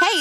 Hey,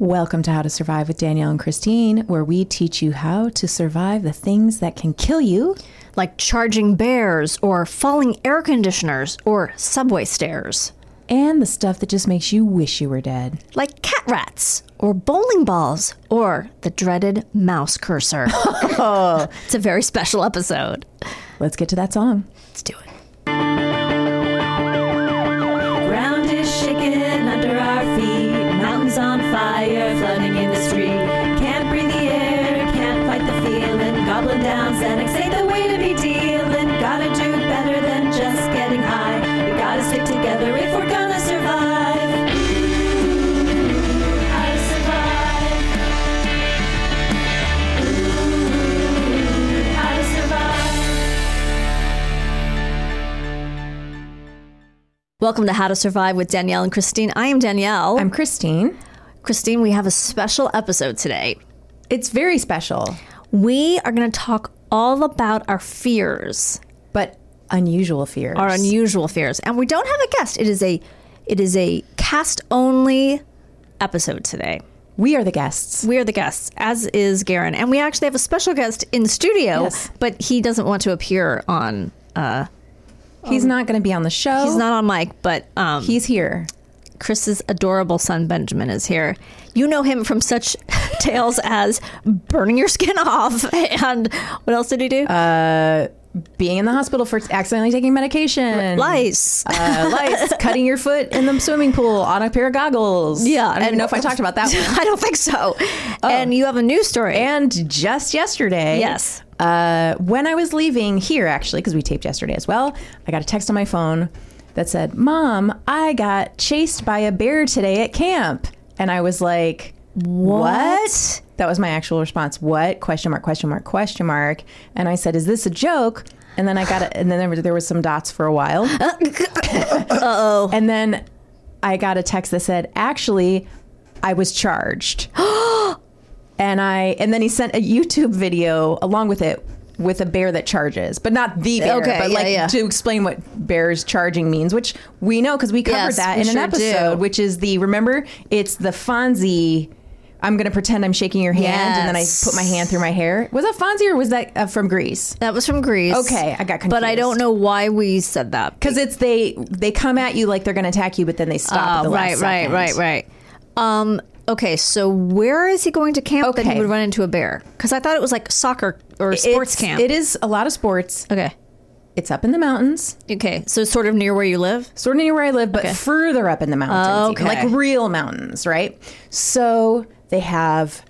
Welcome to How to Survive with Danielle and Christine, where we teach you how to survive the things that can kill you. like charging bears or falling air conditioners or subway stairs, And the stuff that just makes you wish you were dead. like cat rats or bowling balls or the dreaded mouse cursor. it's a very special episode. Let's get to that song. Let's do it. Ground is shaking under our feet. Mountains on fire, flooding in the street. Can't breathe the air, can't fight the feeling. Goblin down, Xanax ain't the way to be dealing. Gotta do better than just getting high. We gotta stick together if we're gonna survive. Ooh, how to survive. Ooh, how to survive. Welcome to How to Survive with Danielle and Christine. I am Danielle. I'm Christine. Christine. We have a special episode today. It's very special, We are going to talk all about our fears, but unusual fears. our unusual fears, and we don't have a guest. It is a it is a cast only episode today. we are the guests. We are the guests, as is Garen, and we actually have a special guest in studio, Yes. but he doesn't want to appear on. He's not going to be on the show. He's not on mic, but um, He's here. Chris's adorable son Benjamin is here. You know him from such tales as burning your skin off, and what else did he do? Um, Being in the hospital for accidentally taking medication. Lice. Uh, lice. cutting your foot in the swimming pool on a pair of goggles. Yeah, I don't even and- know if I talked about that one. Oh. I don't think so. And you have a new story. And just yesterday, Yes. uh, when I was leaving here, actually, because we taped yesterday as well, I got a text on my phone that said, "Mom, I got chased by a bear today at camp," and I was like, "What?" That was my actual response. What? Question mark? Question mark? Question mark? And I said, "Is this a joke?" And then I got it, and then there was, there was some dots for a while. oh. And then I got a text that said, "Actually, I was charged." and I and then he sent a YouTube video along with it with a bear that charges, but not the bear, Okay, but yeah, like yeah. to explain what bears charging means, which we know because we covered Yes, that we in an sure do. episode, which is the remember it's the Fonzie. I'm gonna pretend I'm shaking your hand, and then I Yes. put my hand through my hair. Was that Fonzie or was that uh, from Greece? that was from Greece. Okay, I got confused. But I don't know why we said that. because it's they they come at you like they're gonna attack you, but then they stop. at the Ah, Uh, right, last right, second. right, right. Um, okay, so where is he going to camp that Okay. he would run into a bear? Because I thought it was like soccer or sports It's- camp. It is a lot of sports. Okay. It's up in the mountains. Okay, so sort of near where you live. sort of near where I live, but Okay. further up in the mountains, even, Okay. like real mountains, right? So they have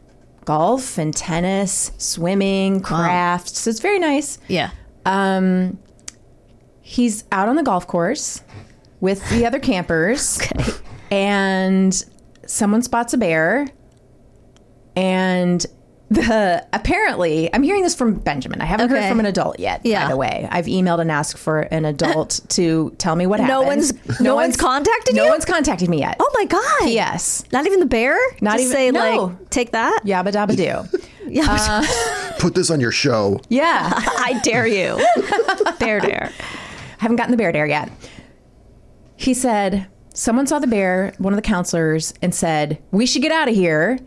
golf and tennis, swimming, crafts. So it's very nice. Yeah. Um, He's out on the golf course with the other campers, Okay. and someone spots a bear, and the apparently I'm hearing this from Benjamin. I haven't heard Okay. from an adult yet. Yeah. By the way, I've emailed and asked for an adult to tell me what No happened. one's- no one's contacted No you? one's contacted me yet. Oh my god. Yes. Not even the bear. Not Just even- say no. like take that. Yabba dabba do. Yeah. put this on your show. yeah. I dare you. bear dare. Haven't gotten the bear dare yet. He said, Someone saw the bear, one of the counselors, and said, We should get out of here.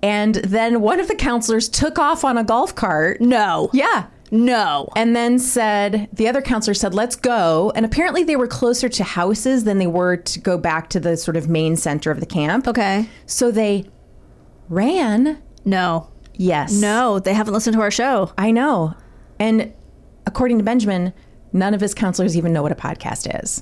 And then one of the counselors took off on a golf cart. No. Yeah. No. And then said, The other counselor said, Let's go. And apparently they were closer to houses than they were to go back to the sort of main center of the camp. Okay. So they ran. No. Yes. No, they haven't listened to our show. I know. And according to Benjamin, none of his counselors even know what a podcast is.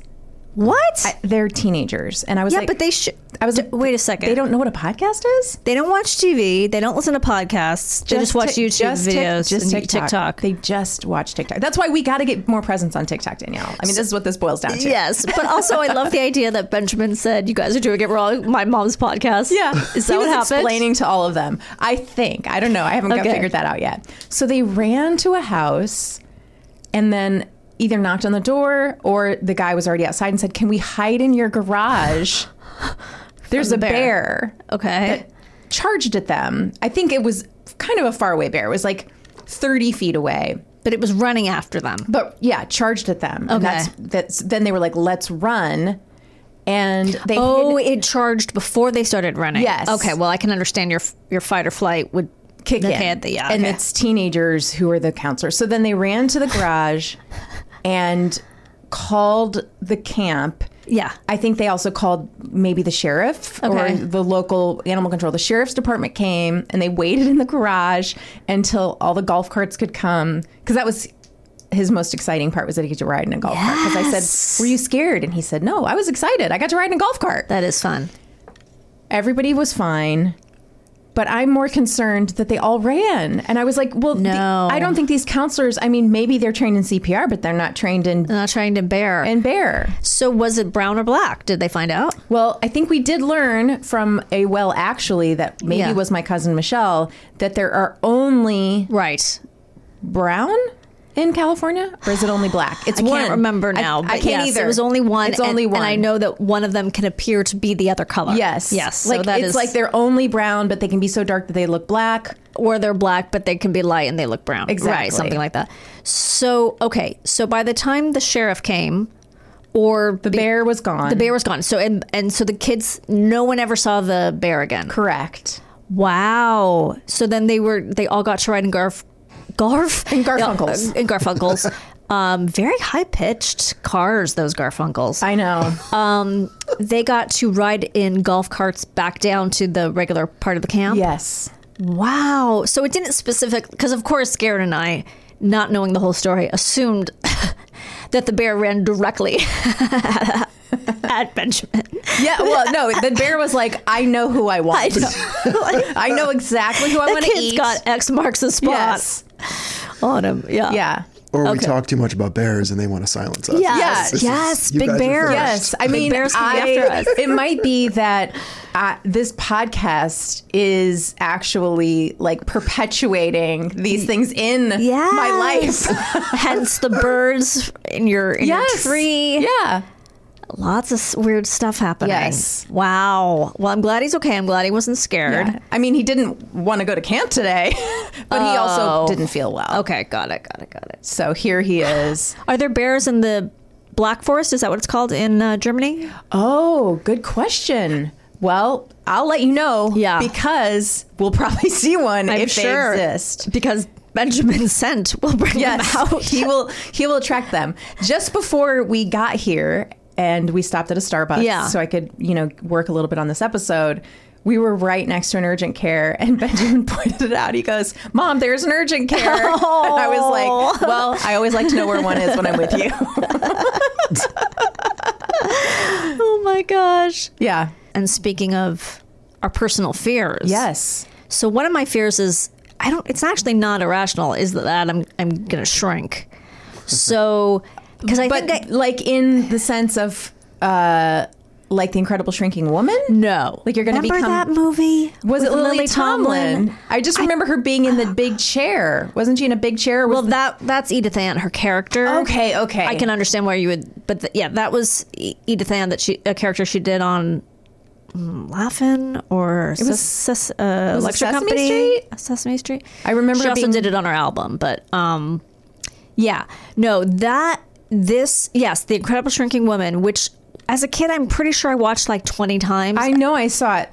What? They're teenagers. And I was yeah, like, but they should. I was D- like, wait a second. They don't know what a podcast is? They don't watch TV. They don't listen to podcasts. they just watch Tik- YouTube just Tik- videos just and TikTok. TikTok. They just watch TikTok. That's why we got to get more presence on TikTok, Danielle. I mean, this is what this boils down to. Yes, but also I love the idea that Benjamin said you guys are doing it wrong. My mom's podcast. Yeah. is that he what was happened? explaining to all of them. I think. I don't know. I haven't got Okay. figured that out yet. So they ran to a house and then either knocked on the door or the guy was already outside and said, Can we hide in your garage? There's a bear. bear. Okay. Charged at them. I think it was kind of a faraway bear. It was like 30 feet away. but it was running after them. But yeah, charged at them. Okay. And that's, that's then they were like, let's run. And they Oh, hid- it charged before they started running. Yes. Okay. Well, I can understand your your fight or flight would kick the in. kid, the- yeah, and okay. it's teenagers who are the counselors. So then they ran to the garage and called the camp. Yeah. I think they also called maybe the sheriff Okay. or the local animal control. The sheriff's department came and they waited in the garage until all the golf carts could come because that was his most exciting part was that he got to ride in a golf cart. Because I said, "Were you scared?" And he said, "No, I was excited. I got to ride in a golf cart." That is fun. everybody was fine but i'm more concerned that they all ran and i was like well the- No. i don't think these counselors i mean maybe they're trained in cpr but they're not trained in Not trying to bear. in bear so was it brown or black? Did they find out? well i think we did learn from a well actually that maybe Yeah. was my cousin michelle that there are only Right. brown in California, or is it only black? It's I one. can't remember I- now. I, but can't yes, either. It was only one. It's and- only one. And I know that one of them can appear to be the other color. Yes. Yes. Like so that it's is- like they're only brown, but they can be so dark that they look black. or they're black, but they can be light and they look brown. Exactly. Right, something like that. So, okay. So by the time the sheriff came, or The bear was gone. the bear was gone. So and and so the kids, no one ever saw the bear again. correct. Wow. So then they were they all got to ride in Garf, Garf uh, In Garfunkels. in Garfunkels. um, very high pitched cars. Those Garfunkels. I know. they got to ride in golf carts back down to the regular part of the camp. yes. Wow. So it didn't specific because of course Garrett and I, not knowing the whole story, assumed that the bear ran directly at Benjamin. Yeah, well, no, the bear was like, I know who I want. I know, exactly who I The want to kid's eat. got X marks the spot yes. on him. Yeah. Yeah. Or we Okay. talk too much about bears and they want to silence us. Yes. This is- Yes. you Big guys are bears. finished. Yes. I mean, bear's coming I- after us. it might be that uh, this podcast is actually like perpetuating these things in my Yes. life. Hence the birds in your in Yes. your tree. Yeah. Lots of s- weird stuff happening. Yes. Wow. Well, I'm glad he's okay. I'm glad he wasn't scared. I mean, he didn't want to go to camp today, but he also didn't feel well. Oh. Okay. Got it. Got it. Got it. So here he is. Are there bears in the Black Forest? Is that what it's called in uh, Germany? Oh, good question. Well, I'll let you know. Yeah. Because we'll probably see one I'm if sure. they exist. Because Benjamin's scent will bring Yes. them out. he will he will attract them. Just before we got here and we stopped at a Starbucks Yeah. so I could, you know, work a little bit on this episode. We were right next to an urgent care, and Benjamin pointed it out. He goes, "Mom, there's an urgent care." And I was like, "Well, I always like to know where one is when I'm with you." Oh my gosh. yeah. And speaking of our personal fears. Yes. So one of my fears is I don't it's actually not irrational, is that I'm I'm gonna shrink. So because I but think I, like in the sense of uh like the incredible shrinking woman no. like you're gonna Remember become that movie? was it with lily, tomlin? i just remember her being in the big chair wasn't she in a big chair Well, that that's Edith Ann, her character. okay okay I can understand why you would, but th yeah, that was E- Edith Ann that she a character she did on mm, Laughing or it was- uh, was it Electric Sesame Company, Street? Sesame Street. I remember she it also being- did it on her album, but um, yeah, no, that this yes, the Incredible Shrinking Woman, which as a kid I'm pretty sure I watched like twenty times, i know i saw it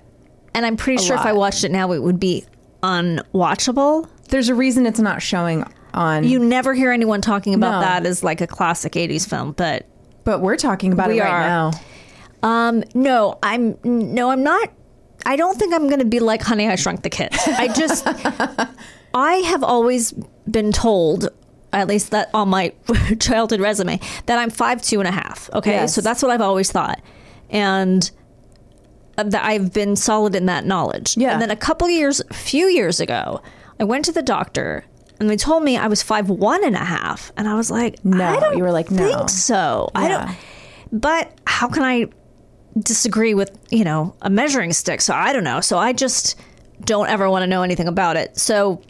and I'm pretty sure if I lot. watched it now it would be unwatchable. there's a reason it's not showing on You never hear anyone talking No. about that as like a classic '80s film, but but we're talking about We it right are. now Um, no, I'm no, I'm not. I don't think I'm going to be like Honey, I Shrunk the Kids. I just, I have always been told, at least that on my childhood resume, that I'm five two and a half. Okay, Yes. so that's what I've always thought, and uh, that I've been solid in that knowledge. Yeah. And then a couple years, few years ago, I went to the doctor. And they told me I was five one and a half, and I was like, No, I don't you were like, no. think so. I don't Yeah. but how can I disagree with, you know, a measuring stick? So I don't know. So I just don't ever want to know anything about it. So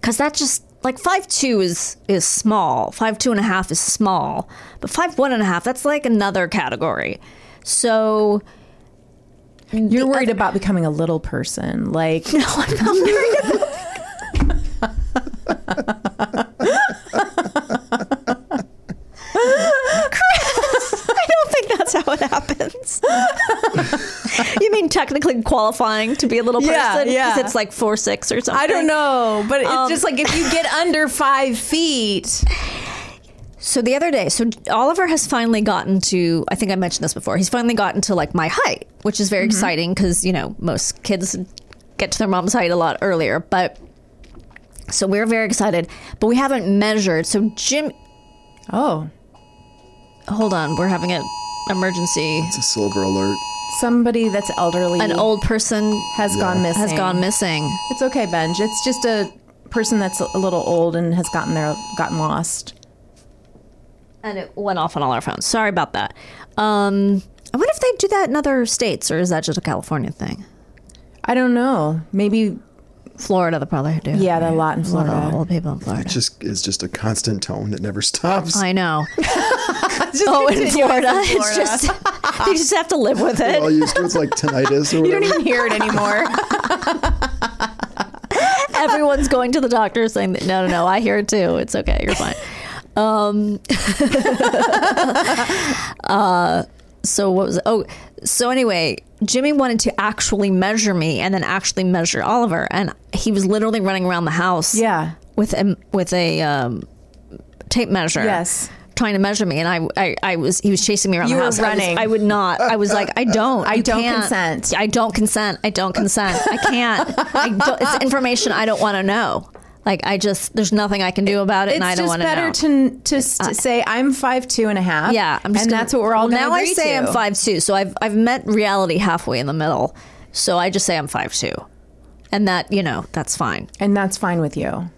cuz that just like five two is is small. Five two and a half is small. But five one and a half, that's like another category. So You're worried about becoming a little person. Like, no, I'm not worried about Chris, I don't think that's how it happens. you mean technically qualifying to be a little person? Yeah, yeah. Because it's like four six or something. I don't know, but it's Um, just like if you get under five feet. So the other day, so Oliver has finally gotten to, I think I mentioned this before, he's finally gotten to like my height, which is very Mm-hmm. exciting 'cause, exciting because, you know, most kids get to their mom's height a lot earlier. But so we're very excited, but we haven't measured. So Jim, Oh, hold on, we're having an emergency. It's a silver alert. somebody that's elderly An old person has gone missing. has gone missing. It's okay, Benj. It's just a person that's a little old and has gotten there, gotten lost. and it went off on all our phones. Sorry about that. Um, I wonder if they do that in other states, or is that just a California thing? I don't know. Maybe Florida, they probably do. yeah, they're a lot in a lot of Florida. old people in Florida. Just is just a constant tone that never stops. I know. oh, in Florida, it's just you just have to live with it. All used to it's like tinnitus or whatever. even hear it anymore. Everyone's going to the doctor saying that no, no, no, I hear it too. It's okay, you're fine. Um, uh, so what was it? oh so anyway jimmy wanted to actually measure me and then actually measure oliver and he was literally running around the house yeah. with a with a um, tape measure. Yes. Trying to measure me, and I, I, I was he was chasing me around You the were house. I was- running. I, would not. I was like, I don't. I you don't can't. consent. I don't consent. I don't consent. I can't. I don't, it's information I don't want to know. Like I just there's nothing I can do about it, and I It's don't just want to better know. to to s- to say I'm five two and a half. yeah, I'm just and gonna- that's what we're all well, now. Gonna I agree say to. I'm five two, so I've I've met reality halfway in the middle. So I just say I'm five two, and that you know that's fine. and that's fine with you.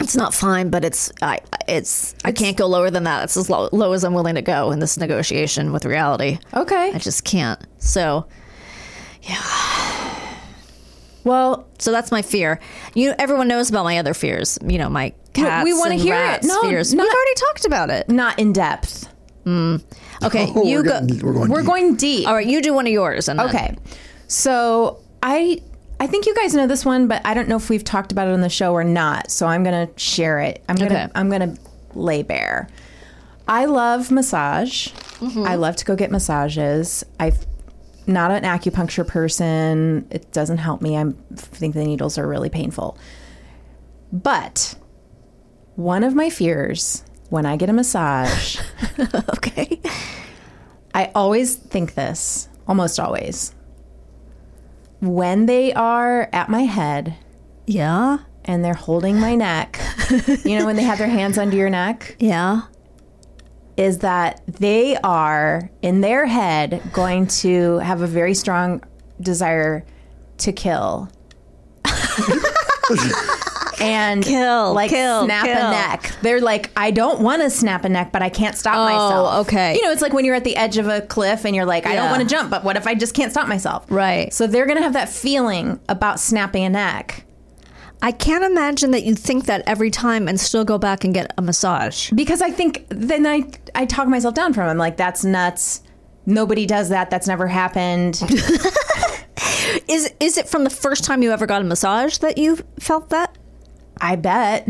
It's not fine, but it's I it's, I can't go lower than that. It's as low, low as I'm willing to go in this negotiation with reality. Okay. I just can't. So well, so that's my fear. You everyone knows about my other fears. You know my cats. we wanna and hear it. rats No, fears. not- We've already talked about it. not in depth. Okay, Oh, you go. we're, getting- we're going. We're deep. going deep. All right, you do one of yours. And then- Okay. So I I think you guys know this one, but I don't know if we've talked about it on the show or not. So I'm gonna share it. I'm gonna Okay. I'm gonna lay bare. I love massage. Mm-hmm. I love to go get massages. I'm not an acupuncture person. It doesn't help me. I'm- I think the needles are really painful. But one of my fears when I get a massage okay. I always think this, almost always. When they are at my head Yeah, and they're holding my neck, you know, when they have their hands under your neck, yeah. is that they are in their head going to have a very strong desire to kill. and Kill, like kill, snap kill. a neck. They're like, I don't want to snap a neck, but I can't stop myself. Oh, okay. You know, it's like when you're at the edge of a cliff and you're like, I don't Yeah. want to jump, but what if I just can't stop myself? Right. So they're gonna have that feeling about snapping a neck I can't imagine that you think that every time and still go back and get a massage. because I think then I I talk myself down from. it. I'm like, that's nuts. Nobody does that. That's never happened. Is is it from the first time you ever got a massage that you felt that? I bet.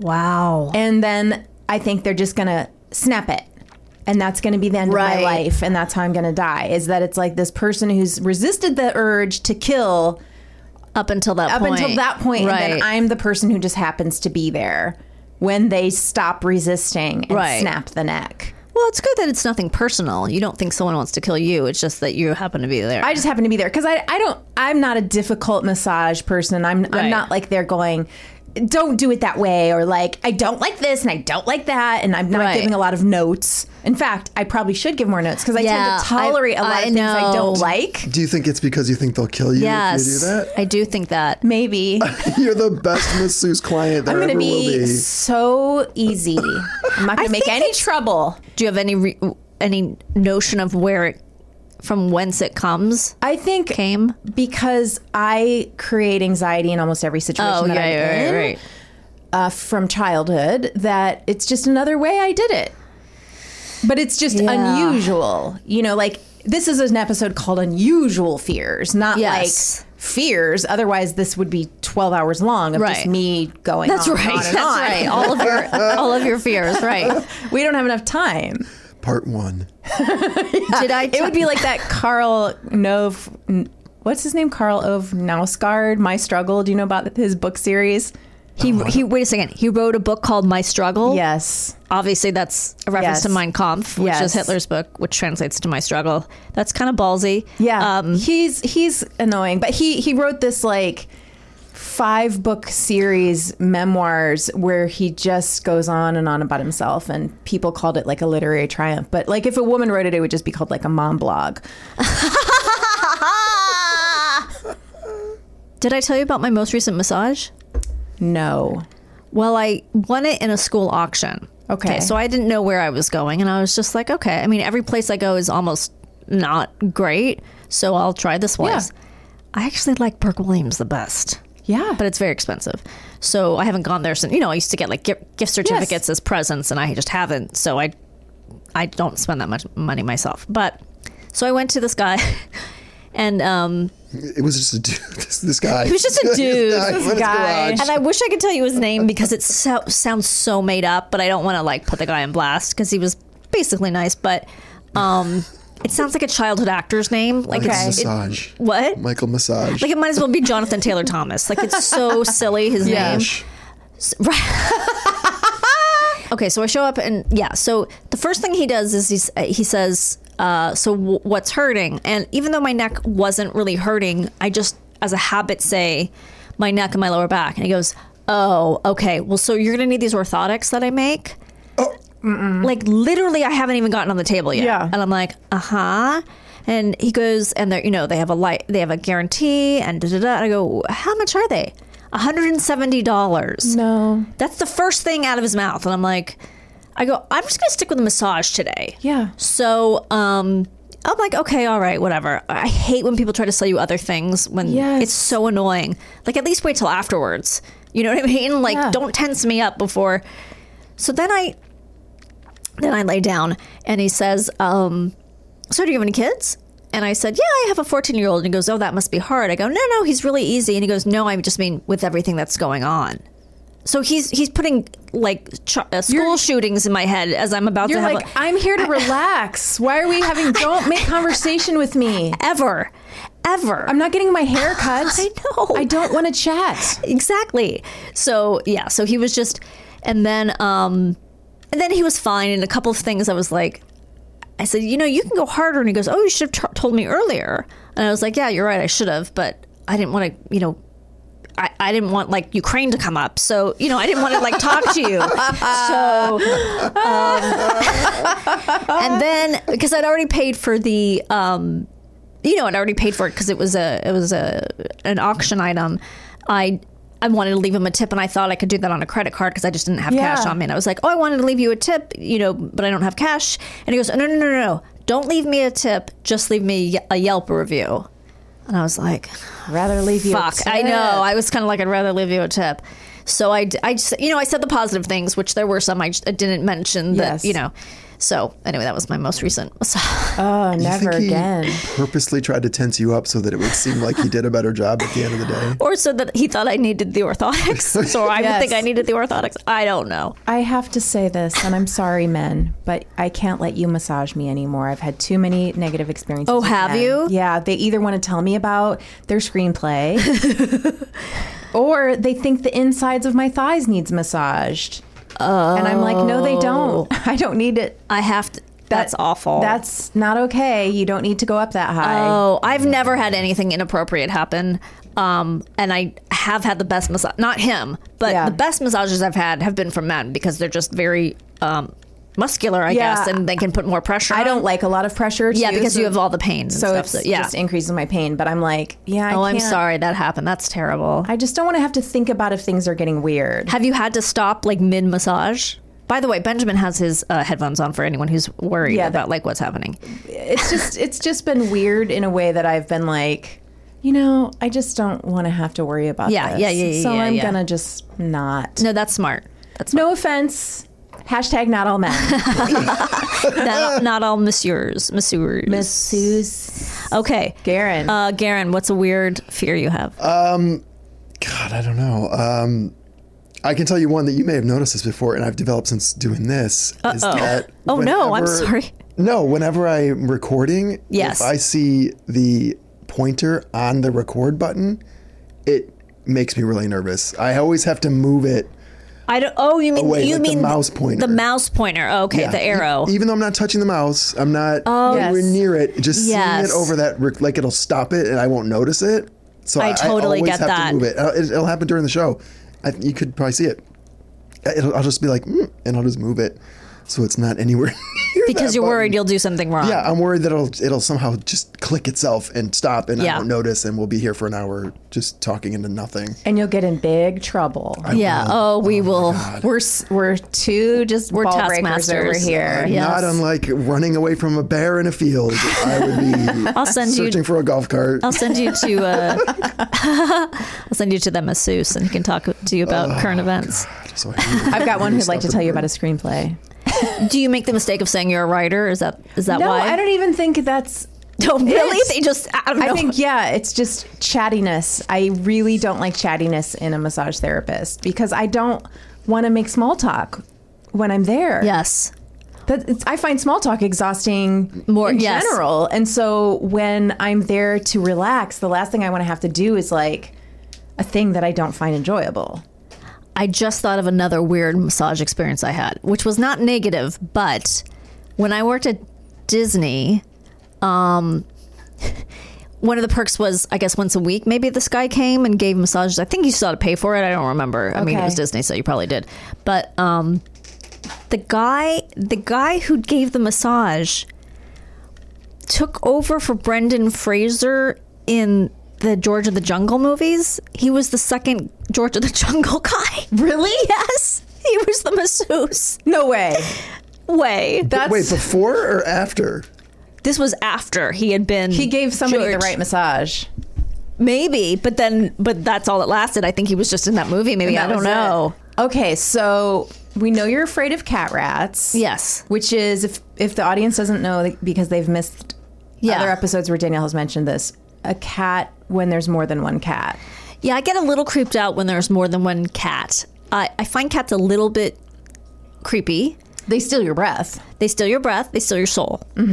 Wow. And then I think they're just gonna snap it. And that's gonna be the end of Right. my life. And that's how I'm gonna die. Is that it's like this person who's resisted the urge to kill up until that up point. until that point, right? And then I'm the person who just happens to be there when they stop resisting and Right. snap the neck. Well, it's good that it's nothing personal. You don't think someone wants to kill you. It's just that you happen to be there. I just happen to be there because I, I don't I'm not a difficult massage person. I'm I'm Right. not like they're going don't do it that way or like I don't like this and I don't like that and I'm not Right. giving a lot of notes. In fact, I probably should give more notes because I Yeah, tend to tolerate a I- lot I of things I know. don't like. Do you think it's because you think they'll kill you if you do yes, that? I do think that. Maybe You're the best masseuse client there I'm gonna ever will be be. so easy. I'm not gonna make think any trouble. Do you have any re- any notion of where it, from whence it comes? I think Came. because I create anxiety in almost every situation Oh, that I'm in uh, from childhood that it's just another way I did it. But it's just Yeah. unusual. You know, like this is an episode called Unusual Fears, not Yes. like fears. Otherwise, this would be 12 hours long of just Right. me going That's on and on right. That's and on. right. All of your all of your fears. Right. We don't have enough time. Part one. Did I? It would be like that Carl Nove. What's his name? Carl Ove Nausgaard, My Struggle. Do you know about his book series? he he. Wait a second. He wrote a book called My Struggle. Yes. Obviously, that's a reference Yes. to Mein Kampf, which Yes. is Hitler's book, which translates to My Struggle. That's kind of ballsy. Yeah, Um, he's he's annoying, but he he wrote this like five book series memoirs where he just goes on and on about himself, and people called it like a literary triumph. But like if a woman wrote it, it would just be called like a mom blog. Did I tell you about my most recent massage? No, Well, I won it in a school auction. Okay. So I didn't know where I was going. And I was just like, okay. I mean, every place I go is almost not great. So I'll try this place. I actually like Burke Williams the best, yeah, but it's very expensive. So I haven't gone there since, you know, I used to get like gift, gift certificates as presents and I just haven't. So I, I don't spend that much money myself. But so I went to this guy and, um, It was just a dude. This, this guy. He was just a dude. This guy. And I wish I could tell you his name because it so, sounds so made up, but I don't want to like put the guy on blast because he was basically nice, but um, it sounds like a childhood actor's name. Like Michael it's, it, Massage. what? Michael Massage. Like it might as well be Jonathan Taylor Thomas. Like it's so silly his name. Ash. Okay, so I show up and yeah, so the first thing he does is he's, uh, he says, uh, "So w- what's hurting?" And even though my neck wasn't really hurting, I just as a habit say my neck and my lower back, and he goes, "Oh, okay. Well, so you're gonna need these orthotics that I make." Like literally, I haven't even gotten on the table yet, Oh, Yeah. and I'm like, "Uh huh." And he goes, and they're you know they have a light, they have a guarantee, and da da da. And I go, "How much are they?" One hundred and seventy dollars. no, That's the first thing out of his mouth. And I'm like, I go, I'm just going to stick with the massage today. yeah, So, um, I'm like, okay, all right, whatever. I hate when people try to sell you other things when Yes. it's so annoying. Like, at least wait till afterwards. You know what I mean? Like, Yeah. don't tense me up before. So then I, then I lay down and he says, um, so do you have any kids? And I said, yeah, I have a 14 year old. And he goes, oh, that must be hard. I go, no, no, he's really easy. And he goes, no, I just mean with everything that's going on. So he's he's putting like ch- uh, school shootings in my head as I'm about you're to have like a- I'm here to relax. Why are we having? Don't make conversation with me. ever, ever. I'm not getting my hair cut. I know. I don't want to chat. exactly. So yeah, so he was just, and then um, and then he was fine. And a couple of things I was like, I said, you know, you can go harder. And he goes, oh, you should have t- told me earlier. And I was like, yeah, you're right. I should have, but I didn't want to, you know. I, I didn't want like Ukraine to come up, so you know I didn't want to like talk to you. So, um, and then because I'd already paid for the um, you know, I'd already paid for it because it was a it was a an auction item. I I wanted to leave him a tip, and I thought I could do that on a credit card because I just didn't have Yeah. cash on me. And I was like, oh, I wanted to leave you a tip, you know, but I don't have cash. And he goes, oh, no, no, no, no, no, don't leave me a tip. Just leave me a Yelp review. And I was like, Rather leave you. fuck, I know. I was kind of like, I'd rather leave you a tip. So I, d- I just, you know, I said the positive things, which there were some I, just- I didn't mention that, Yes. you know. So anyway, that was my most recent massage. Oh, Do you never think he again. Purposely tried to tense you up so that it would seem like he did a better job at the end of the day. or so that he thought I needed the orthotics, so I Yes. would think I needed the orthotics. I don't know. I have to say this, and I'm sorry, men, but I can't let you massage me anymore. I've had too many negative experiences. Oh, with have men. you? Yeah, they either want to tell me about their screenplay, or they think the insides of my thighs needs massaged. And I'm like, no, they don't. I don't need it. I have to. Oh. That's That- awful. That's not okay. You don't need to go up that high. Oh, I've never had anything inappropriate happen. Um, and I have had the best massage, not him, but Yeah. the best massages I've had have been from men because they're just very um, muscular, I Yeah. guess, and they can put more pressure. I on. don't like a lot of pressure. Yeah, too, because so- you have all the pain. And so stuff, it's so- yeah. just increases my pain. But I'm like, yeah. I oh, I'm can't- sorry that happened. That's terrible. I just don't want to have to think about if things are getting weird. Have you had to stop like mid massage? By the way, Benjamin has his uh, headphones on for anyone who's worried Yeah, about like what's happening. It's just it's just been weird in a way that I've been like, you know, I just don't want to have to worry about Yeah, this. yeah, yeah, yeah, So yeah, I'm yeah. gonna just not. No, that's smart. That's No offense. Hashtag not all men. not, not all messieurs, messieurs, Okay, Garen. Uh, Garen, what's a weird fear you have? Uh, God, I don't know. Um, I can tell you one that you may have noticed this before, and I've developed since doing this. Is that Oh, no, I'm whenever- sorry. No, whenever I'm recording, Yes. if I see the pointer on the record button, it makes me really nervous. I always have to move it. I don't. Oh, you mean Oh, wait, you like the mean mouse pointer. The mouse pointer. Oh, okay, the arrow. e, Oh, Even though I'm not touching the mouse, I'm not anywhere yes. near it. Just seeing Yes. it over that, rec- like it'll stop it, and I won't notice it. So I I, totally always get have that. to move it. Uh, it- It'll happen during the show. I, you could probably see it. It'll, I'll just be like, mm, and I'll just move it, so it's not anywhere. near because that you're button. worried you'll do something wrong. Yeah, I'm worried that it'll it'll somehow just click itself and stop, and Yeah. I won't notice, and we'll be here for an hour just talking into nothing. and you'll get in big trouble. Yeah. Oh, we will. We're s- we're two just We're ball breakers taskmasters. over here. Yeah. Yes. Not unlike running away from a bear in a field, I would be I'll send you. searching for a golf cart. I'll send you to. Uh, I'll send you to the masseuse, and he can talk to you about current Oh, events. So I hate it. I've got one who'd like to tell you about a screenplay. Do you make the mistake of saying you're a writer? Is that is that No, why? I don't even think that's. No, really? It's- They just. I don't I know. think yeah, it's just chattiness. I really don't like chattiness in a massage therapist because I don't want to make small talk when I'm there. yes. That, it's, I find small talk exhausting More- in yes. general, and so when I'm there to relax, the last thing I want to have to do is like a thing that I don't find enjoyable. I just thought of another weird massage experience I had, which was not negative, but when I worked at Disney, um, one of the perks was, I guess, once a week, maybe this guy came and gave massages. I think you still had to pay for it. I don't remember. I mean, it Okay. was Disney, so you probably did. But um, the guy, the guy who gave the massage, took over for Brendan Fraser in the George of the Jungle movies. He was the second George of the Jungle guy. Really? Yes. He was the masseuse. No way. Way. That's Wait, before or after? This was after he had been. he gave somebody the George. right massage. Maybe, but then, but that's all it lasted. I think he was just in that movie. Maybe I That don't was it. know. Okay, so we know you're afraid of cat rats. Yes. Which is if if the audience doesn't know because they've missed Yeah. other episodes where Danielle has mentioned this, a cat when there's more than one cat. Yeah, I get a little creeped out when there's more than one cat. I I find cats a little bit creepy. They steal your breath. They steal your breath. They steal your soul. Is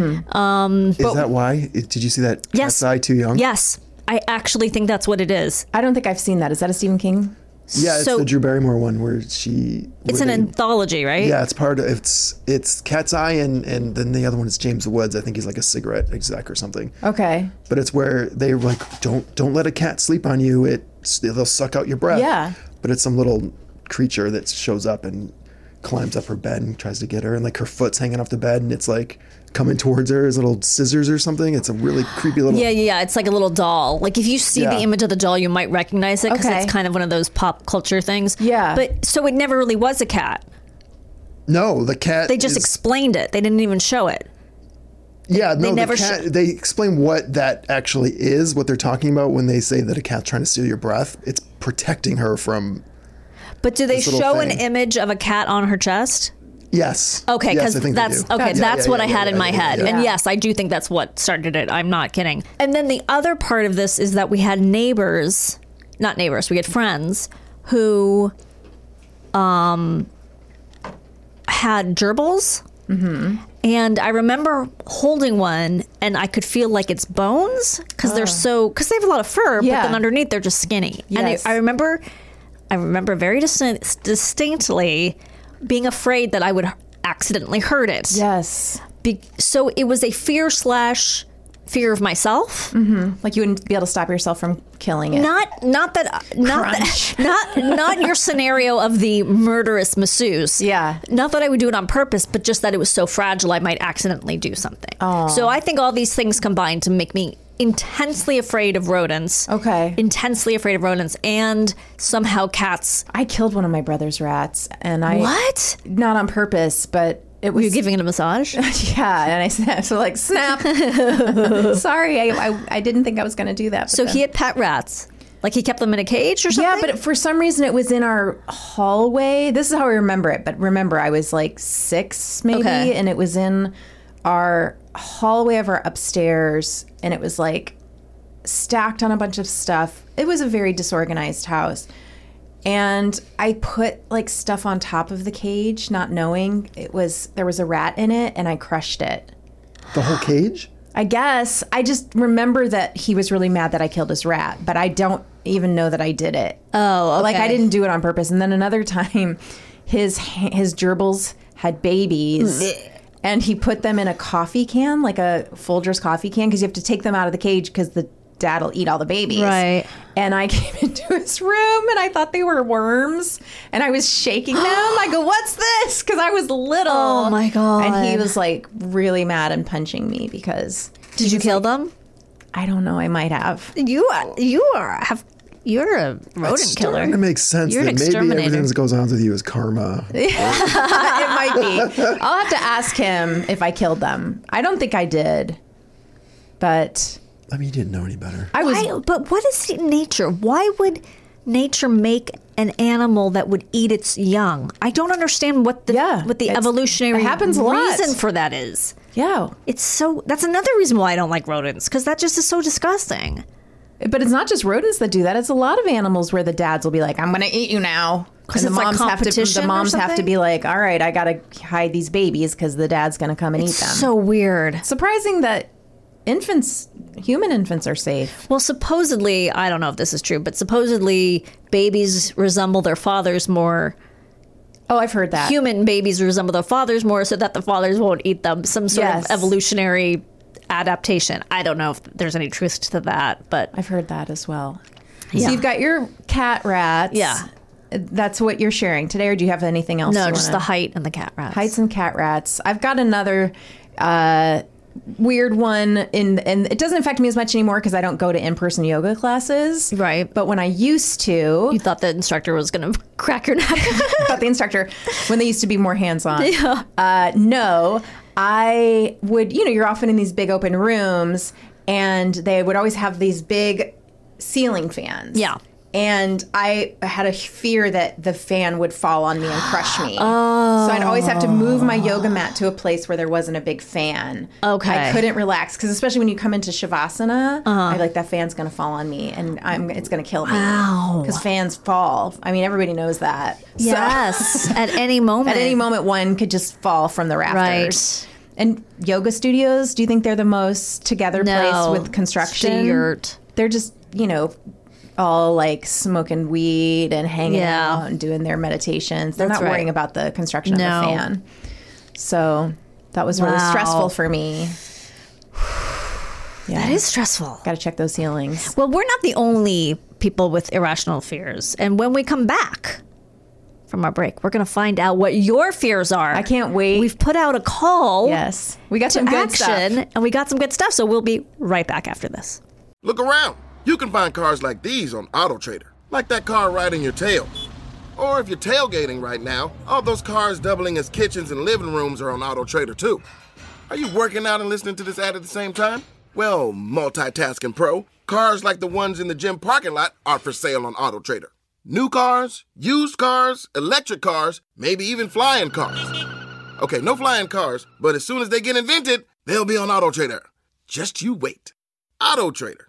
that why? It- Did you see that? Yes. Cat's Eye Too Young? Yes, I actually think that's what it is. I don't think I've seen that. Is that a Stephen King? Yeah, it's So- the Drew Barrymore one where she. It's where an they- anthology, right? Yeah, it's part of it's it's Cat's Eye and and then the other one is James Woods. I think he's like a cigarette exec or something. Okay. But it's where they're like, don't don't let a cat sleep on you. It they'll suck out your breath. Yeah. But it's some little creature that shows up and climbs up her bed and tries to get her, and like her foot's hanging off the bed, and it's like coming towards her as little scissors or something. It's a really creepy little. Yeah, yeah, yeah. It's like a little doll. Like if you see Yeah. the image of the doll, you might recognize it because Okay. it's kind of one of those pop culture things. Yeah. But so it never really was a cat. No, the cat. They just is- explained it. They didn't even show it. Yeah, no, never the cat, sh- they explain what that actually is, what they're talking about when they say that a cat's trying to steal your breath. It's protecting her from. But do they This little show an thing. image of a cat on her chest? Yes. Okay, Yes, because I think they that's do. okay. Yeah, that's yeah, what yeah, I yeah, had in yeah, my yeah, head, yeah. and yes, I do think that's what started it. I'm not kidding. And then the other part of this is that we had neighbors, not neighbors, we had friends who, um, had gerbils, Mm-hmm. and I remember holding one, and I could feel like its bones because Ah. they're so because they have a lot of fur, but Yeah. then underneath they're just skinny. And Yes. I, I remember, I remember very dis- distinctly being afraid that I would accidentally hurt it. Yes. Be- so it was a fear slash fear of myself. Mm-hmm. Like you wouldn't be able to stop yourself from killing it. Not not that not that, not not your scenario of the murderous masseuse. Yeah. Not that I would do it on purpose, but just that it was so fragile I might accidentally do something. So I think all these things combined to make me intensely afraid of rodents. Okay. Intensely afraid of rodents and somehow cats. I killed one of my brother's rats and I What? not on purpose, but it was You're giving it a massage? yeah, and I snapped so like snap. Sorry, I, I I didn't think I was going to do that. but So then- he had pet rats. Like he kept them in a cage or something? Yeah, but for some reason it was in our hallway. This is how I remember it. But remember, I was like six maybe, Okay. and it was in our hallway of our upstairs, and it was like stacked on a bunch of stuff. It was a very disorganized house. And I put like stuff on top of the cage, not knowing it was there was a rat in it, and I crushed it. The whole cage? I guess I just remember that he was really mad that I killed his rat, but I don't even know that I did it. Oh, like I didn't do it on purpose. And then another time, his ha- his gerbils had babies, and he put them in a coffee can, like a Folgers coffee can, because you have to take them out of the cage because the dad will eat all the babies. Right. And I came into his room and I thought they were worms, and I was shaking them. I go, "What's this?" Because I was little. Oh my God. And he was like really mad and punching me because. Did you kill them? I don't know. I might have. You are you are have you're a rodent killer. It makes sense You're an that maybe exterminator. Eh. everything that goes on with you is karma. It might be. I'll have to ask him if I killed them. I don't think I did, but I mean, you didn't know any better. I was. Why, but what is nature? Why would nature make an animal that would eat its young? I don't understand what the Yeah, what the it's- evolutionary it happens a lot. reason for that is. yeah, It's so that's another reason why I don't like rodents because that just is so disgusting. but it's not just rodents that do that. It's a lot of animals where the dads will be like, "I'm going to eat you now." Because the it's like moms have to, competition the or moms have to something? be like, "All right, I got to hide these babies because the dad's going to come and eat them." So weird. surprising that infants, human infants, are safe. Well, supposedly, I don't know if this is true, but supposedly babies resemble their fathers more. Oh, I've heard that. Human babies resemble their fathers more so that the fathers won't eat them. Some sort Yes. of evolutionary adaptation. I don't know if there's any truth to that, but I've heard that as well. Yeah. So you've got your cat rats. Yeah. That's what you're sharing today, or do you have anything else? No, you just wanna- the height and the cat rats. heights and cat rats. I've got another uh, weird one, in, and it doesn't affect me as much anymore because I don't go to in person yoga classes. Right. But when I used to, You thought the instructor was going to crack your neck. about the instructor when they used to be more hands on. Uh, no, I would, you know, you're often in these big open rooms and they would always have these big ceiling fans. Yeah. And I had a fear that the fan would fall on me and crush me. Oh. So I'd always have to move my yoga mat to a place where there wasn't a big fan. Okay. I couldn't relax because, especially when you come into Shavasana, Uh-huh. I like that fan's going to fall on me and I'm it's going to kill me. Wow. Because fans fall. I mean, everybody knows that. So- yes, at any moment. at any moment one could just fall from the rafters. Right. And yoga studios, do you think they're the most together No. place with construction? Dirt. They're just, you know, all like smoking weed and hanging Yeah. out and doing their meditations. They're That's not right. worrying about the construction No. of the fan. So that was really Wow. stressful for me. Yeah. That is stressful. Got to check those ceilings. Well, we're not the only people with irrational fears. And when we come back from our break, we're going to find out what your fears are. I can't wait. We've put out a call yes. We got to some good action, stuff. and we got some good stuff. So we'll be right back after this. Look around. You can find cars like these on AutoTrader, like that car riding your tail. Or if you're tailgating right now, all those cars doubling as kitchens and living rooms are on AutoTrader too. Are you working out and listening to this ad at the same time? Well, multitasking pro, cars like the ones in the gym parking lot are for sale on AutoTrader. New cars, used cars, electric cars, maybe even flying cars. Okay, no flying cars, but as soon as they get invented, they'll be on AutoTrader. Just you wait. AutoTrader.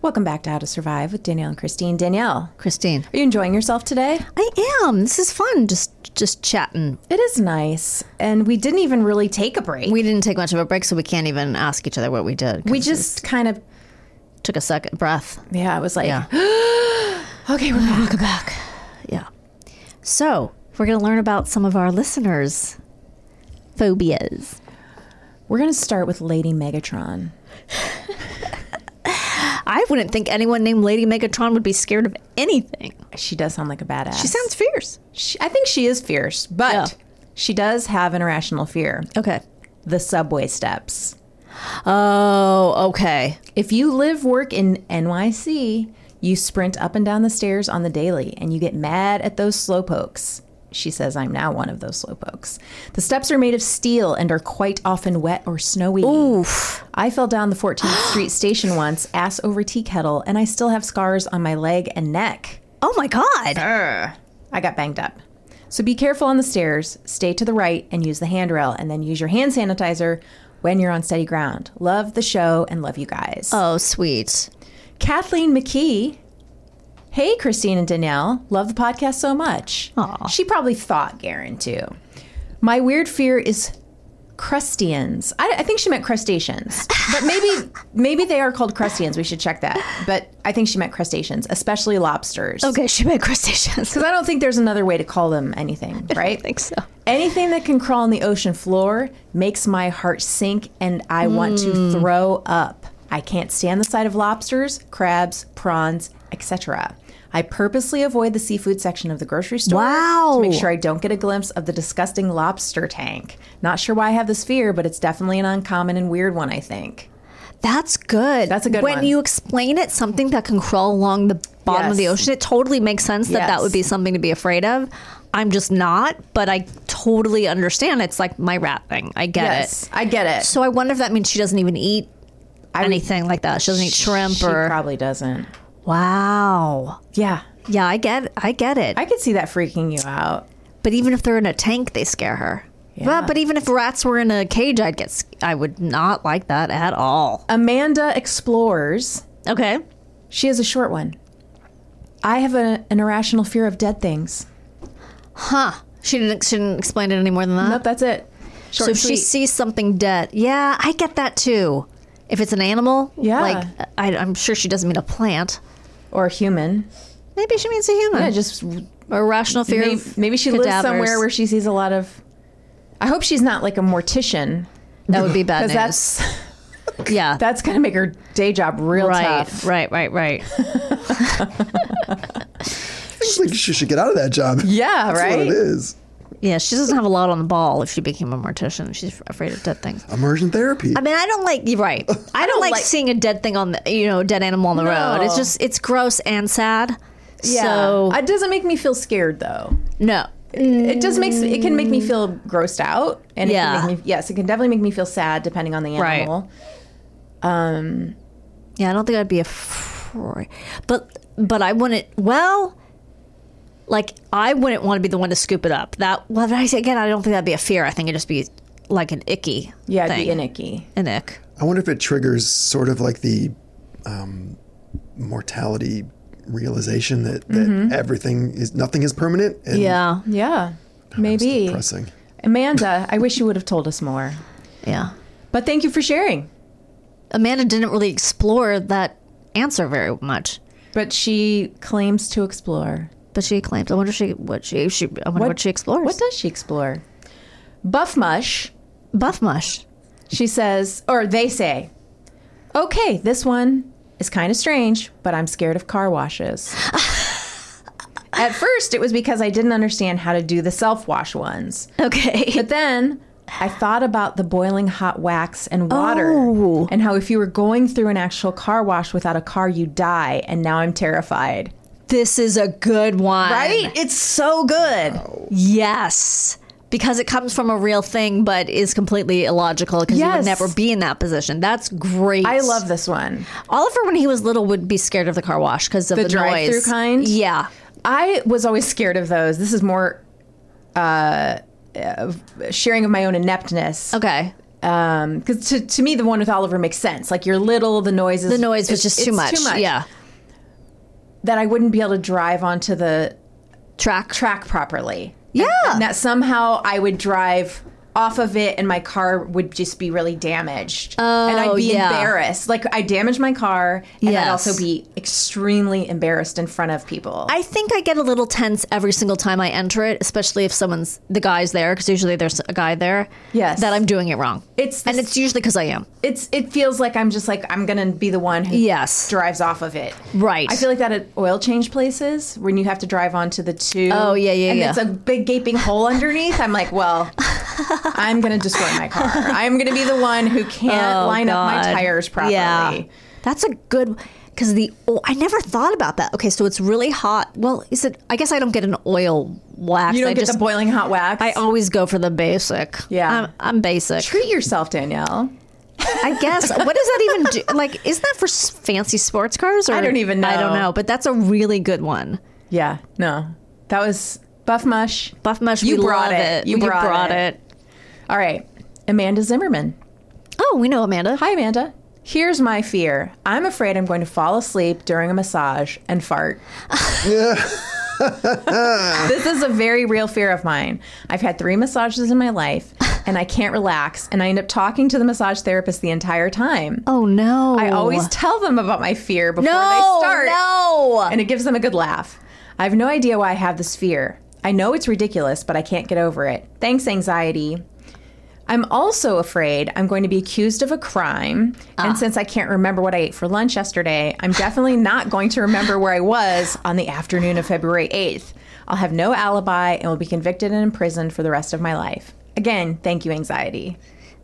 Welcome back to How to Survive with Danielle and Christine. Danielle, Christine, are you enjoying yourself today? I am. This is fun. Just just chatting. It is nice. And we didn't even really take a break. We, We didn't take much of a break, so we can't even ask each other what we did. 'cause just kind of, it took a second breath. yeah, it was like, Yeah. okay, we're back. Welcome back. Yeah. So we're going to learn about some of our listeners' phobias. We're going to start with Lady Megatron. I wouldn't think anyone named Lady Megatron would be scared of anything. She does sound like a badass. She sounds fierce. She, I think she is fierce, but Yeah. she does have an irrational fear. Okay. The subway steps. Oh, okay. If you live work in NYC, you sprint up and down the stairs on the daily and you get mad at those slowpokes. She says, I'm now one of those slowpokes. The steps are made of steel and are quite often wet or snowy. Oof. I fell down the 14th Street station once, ass over tea kettle, and I still have scars on my leg and neck. Oh my God. I got banged up. So be careful on the stairs, stay to the right, and use the handrail, and then use your hand sanitizer when you're on steady ground. Love the show and love you guys. Oh, sweet. Kathleen McKee. Hey, Christine and Danielle. Love the podcast so much. She probably thought Garen too. My weird fear is crustians. I, I think she meant crustaceans, but maybe maybe they are called crustians. We should check that. But I think she meant crustaceans, especially lobsters. Okay, she made crustaceans. Because I don't think there's another way to call them anything, right? I think so. Anything that can crawl on the ocean floor makes my heart sink and I want to Hmm. throw up. I can't stand the sight of lobsters, crabs, prawns, etc. I purposely avoid the seafood section of the grocery store Wow. to make sure I don't get a glimpse of the disgusting lobster tank. Not sure why I have this fear, but it's definitely an uncommon and weird one, I think. That's good. That's a good When one. you explain it, something that can crawl along the bottom of the Yes. ocean, it totally makes sense that that Yes. would be something to be afraid of. I'm just not, but I totally understand. It's like my rat thing. I get Yes, I get it. it. So I wonder if that means she doesn't even eat anything like that. She doesn't eat shrimp She or probably doesn't. wow. Yeah, Yeah, I get, I get it. I could see that freaking you out. But even if they're in a tank, they scare her. But, but even if rats were in a cage, I'd get. sc- I would not like that at all. Amanda explores Okay. She has a short one. I have a, an irrational fear of dead things. Huh. She didn't. She didn't explain it any more than that. Nope, that's it. Short so and if she sweet. sees something dead, yeah, I get that too. If it's an animal, Yeah. like I, I'm sure she doesn't mean a plant. or human, Maybe she means a human. yeah, just a rational fear. maybe, of maybe she lives cadavers. somewhere where she sees a lot of. I hope she's not like a mortician that would be bad because news. that's yeah. that's gonna make her day job real right. tough. Right. Right. Right. It's like she should get out of that job. Yeah, That's right. what it is. yeah. She doesn't have a lot on the ball. If she became a mortician, she's afraid of dead things. Immersion therapy. I mean, I don't like. You're right. I don't, like, seeing a dead thing on the. You know, a dead animal on the road. It's just. It's gross and sad. Yeah, So it doesn't make me feel scared though. no. It just makes it can make me feel grossed out, and it Yeah. can make me, yes, it can definitely make me feel sad depending on the Right. animal. Yeah, I don't think I'd be afraid, but but I wouldn't. Well, like I wouldn't want to be the one to scoop it up. That well, I say again, I don't think that'd be a fear. I think it'd just be like an icky. Yeah, it'd thing. be an icky. An ick. I wonder if it triggers sort of like the um, mortality realization that, that everything is nothing is permanent. And Mm-hmm. Yeah, Yeah, maybe. Depressing. Amanda, I wish you would have told us more. yeah. But thank you for sharing. Amanda didn't really explore that answer very much, But she claims to explore. but she claims. I wonder if she what she she. I wonder what, she explores. What does she explore? Buff Mush, buff mush? she says, or they say, okay, this one is kind of strange, but I'm scared of car washes. At first, it was because I didn't understand how to do the self wash ones. Okay. But then I thought about the boiling hot wax and water and how if you were going through an actual car wash without a car, you die. And now I'm terrified. This is a good one. It's so good. Yes. Because it comes from a real thing, but is completely illogical because you would Yes. never be in that position. That's great. I love this one. Oliver when he was little would be scared of the car wash because of the, The drive-through noise. kind? Yeah. I was always scared of those. This is more uh, uh, sharing of my own ineptness. Okay. Because to, to me, the one with Oliver makes sense. Like you're little, the noise is The noise was it's- just it's too much. Too much. Yeah. that I wouldn't be able to drive onto the Track. track properly. Yeah. and that somehow I would drive off of it and my car would just be really damaged. and I'd be Oh, yeah. embarrassed. Like I damaged my car and I'd Yes. also be extremely embarrassed in front of people. I think I get a little tense every single time I enter it, especially if someone's the guy's there, because usually there's a guy there. Yes. that I'm doing it wrong. It's and this- it's usually because I am. it's it feels like I'm just like I'm gonna be the one who Yes. drives off of it. Right. I feel like that at oil change places when you have to drive onto the two. Oh, yeah, yeah, and yeah. it's a big gaping hole underneath. I'm like, well, I'm gonna destroy my car. I'm gonna be the one who can't line up my Oh, God. tires properly. Yeah, that's a good because the oh, I never thought about that. Okay, so it's really hot. Well, is it? I guess I don't get an oil wax. You don't I get just, the boiling hot wax. I always go for the basic. Yeah. I'm, I'm basic. treat yourself, Danielle. I guess. What does that even do? Like, isn't that for s- fancy sports cars? Or I don't even I don't know. know, but that's a really good one. Yeah, no, that was Buff Mush. Buff mush. You we brought love it. You, brought, it. All right, Amanda Zimmerman. Oh, we know Amanda. Hi, Amanda. Here's my fear. I'm afraid I'm going to fall asleep during a massage and fart. this is a very real fear of mine. I've had three massages in my life and I can't relax, and I end up talking to the massage therapist the entire time. Oh no. I always tell them about my fear before no, they start No. and it gives them a good laugh. I have no idea why I have this fear. I know it's ridiculous, but I can't get over it. Thanks, anxiety. I'm also afraid I'm going to be accused of a crime. Ah. And since I can't remember what I ate for lunch yesterday, I'm definitely not going to remember where I was on the afternoon of February 8th. I'll have no alibi and will be convicted and imprisoned for the rest of my life. Again, thank you, anxiety.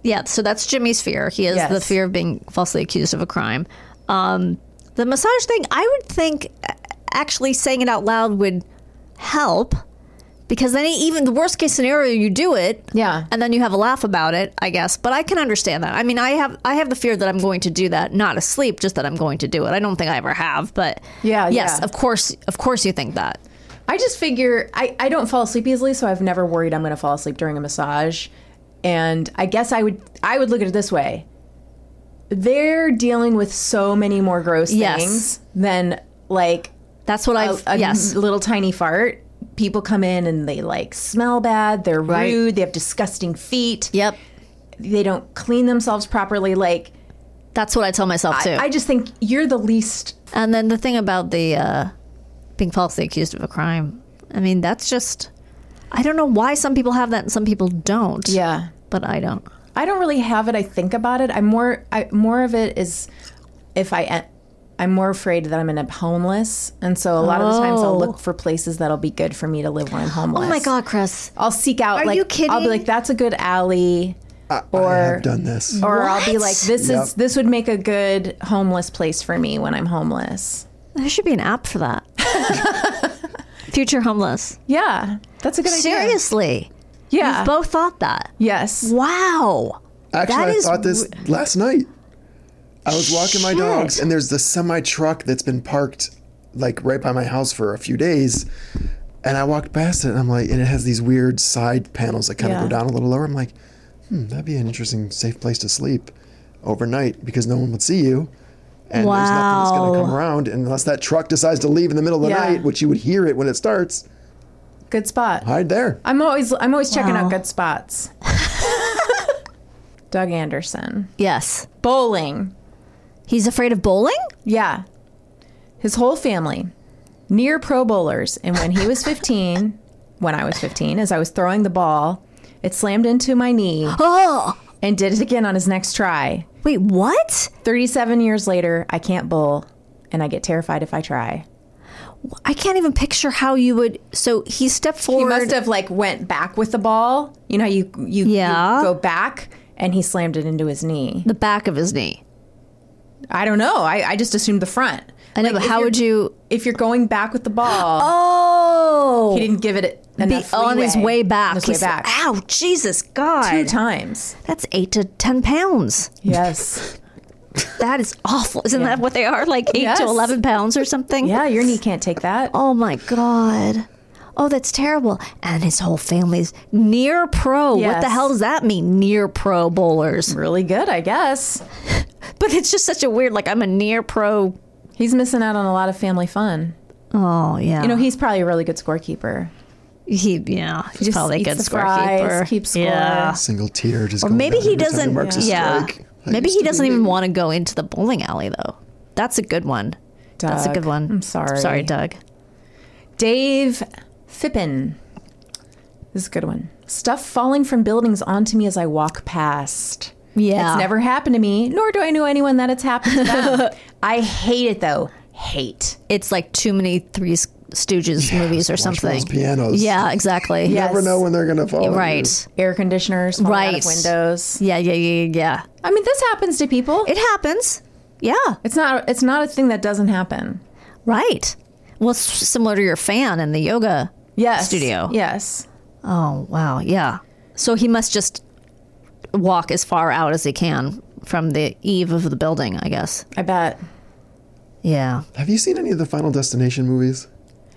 Yeah, so that's Jimmy's fear. He has Yes. the fear of being falsely accused of a crime. Um, the massage thing, I would think uh, actually saying it out loud would help because then e, even the worst case scenario you do it Yeah. and then you have a laugh about it i guess but i can understand that i mean i have i have the fear that i'm going to do that not asleep just that i'm going to do it i don't think i ever have but Yeah, yes yeah. of course of course you think that I just figure I, I don't fall asleep easily, so I've never worried I'm going to fall asleep during a massage. And I guess I would I would look at it this way. They're dealing with so many more gross Yes. things than like that's what a, i've a yes little tiny fart. People come in and they like smell bad, they're Right. rude, they have disgusting feet, yep they don't clean themselves properly like that's what i tell myself too I just think you're the least And then the thing about the uh, being falsely accused of a crime, I mean, that's just, I don't know why some people have that and some people don't. Yeah. But I don't. I don't really have it. I think about it. I'm more. I more of it is if I. en- I'm more afraid that I'm going to be homeless, and so a lot of the times I'll look for places that'll be good for me to live when I'm homeless. Oh my God, Chris. I'll seek out. Are like, you I'll be kidding? like, that's a good alley, I have done this. or I'll be like, this Yep. is this would make a good homeless place for me when I'm homeless. There should be an app for that. Future homeless. Yeah, that's a good idea. Seriously. Yeah. You've both thought that. yes. Wow. Actually, That I is thought this last night. I was walking my Shit. dogs, and there's this semi truck that's been parked like right by my house for a few days. And I walked past it, and I'm like, and it has these weird side panels that kind of Yeah. go down a little lower. I'm like, hmm, that'd be an interesting, safe place to sleep overnight because no one would see you. And there's nothing that's going to Wow. come around unless that truck decides to leave in the middle of the Yeah. night, which you would hear it when it starts. Good spot. Hide there. I'm always I'm always checking Wow. out good spots. Doug Anderson Yes. bowling. He's afraid of bowling? Yeah. His whole family, near pro bowlers. And when he was 15, when I was 15, as I was throwing the ball, it slammed into my knee Oh. and did it again on his next try. Wait, what? 37 years later, I can't bowl and I get terrified if I try. I can't even picture how you would. So he stepped He forward. must have like went back with the ball. You know how you you, Yeah. you go back and he slammed it into his knee. the back of his knee. I don't know. I, I just assumed the front. I know, Like, but if how you're- would you? If you're going back with the ball, Oh, he didn't give it enough on his leeway. way back. On his way He's- back. Ow, Jesus two God! times. That's eight to ten pounds. Yes. That is awful. Isn't that what they are? Like eight Yes. to eleven pounds or something? yeah, your knee can't take that. Oh my God. Oh, that's terrible. And his whole family's near pro. What Yes. the hell does that mean? Near pro bowlers. Really good, I guess. But it's just such a weird. Like I'm a near pro. He's missing out on a lot of family fun. Oh yeah. You know, he's probably a really good scorekeeper. He, yeah, he's just probably a eats good the scorekeeper. fries, keeps score. Yeah. Single tear just. Or going maybe down he every time doesn't. marks a yeah. strike. I Maybe used he to doesn't be- even want to go into the bowling alley though. That's a good one. That's a Doug, good one. I'm sorry. Sorry, Doug. Dave Fippen. This is a good one. Stuff falling from buildings onto me as I walk past. Yeah. It's never happened to me, nor do I know anyone that it's happened to them. I hate it though. Hate. It's like too many Three Stooges movies or Watch for something. Those pianos. Yeah, exactly. You never know when they're gonna fall. on you. Right. Air conditioners, falling out of Right. windows. Yeah, yeah, yeah, yeah. I mean, this happens to people. It happens. Yeah. It's not it's not a thing that doesn't happen. Right. Well, it's similar to your fan in the yoga. Yes. Studio. Yes. Oh, wow. Yeah. So he must just walk as far out as he can from the eave of the building, I guess. I bet. Yeah. Have you seen any of the Final Destination movies?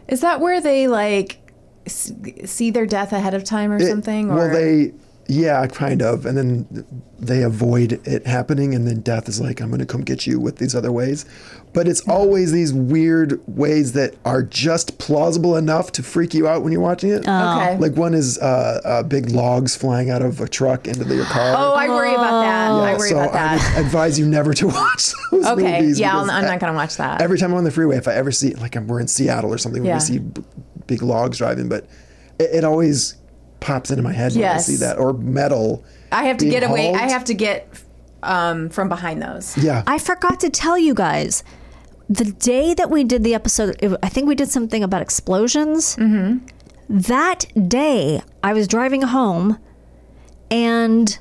Is that where they like s- see their death ahead of time or It- something or Well, they. Yeah, kind of. And then they avoid it happening, and then death is like, I'm going to come get you with these other ways. But it's always these weird ways that are just plausible enough to freak you out when you're watching it. Okay. Like one is uh, uh, big logs flying out of a truck into the, your car. Oh, I worry about that. I Yeah, worry so about that. I would advise you never to watch those okay. movies. Yeah, I'm, because I'm e- not going to watch that. Every time I'm on the freeway, if I ever see, like, I'm, we're in Seattle or something, when Yeah. we see b- big logs driving, but it, it always pops into my head when I Yes. see that, or metal. I have to being get away. I hauled. have to get um, from behind those. Yeah. I forgot to tell you guys the day that we did the episode, it, I think we did something about explosions. Mm-hmm. That day, I was driving home and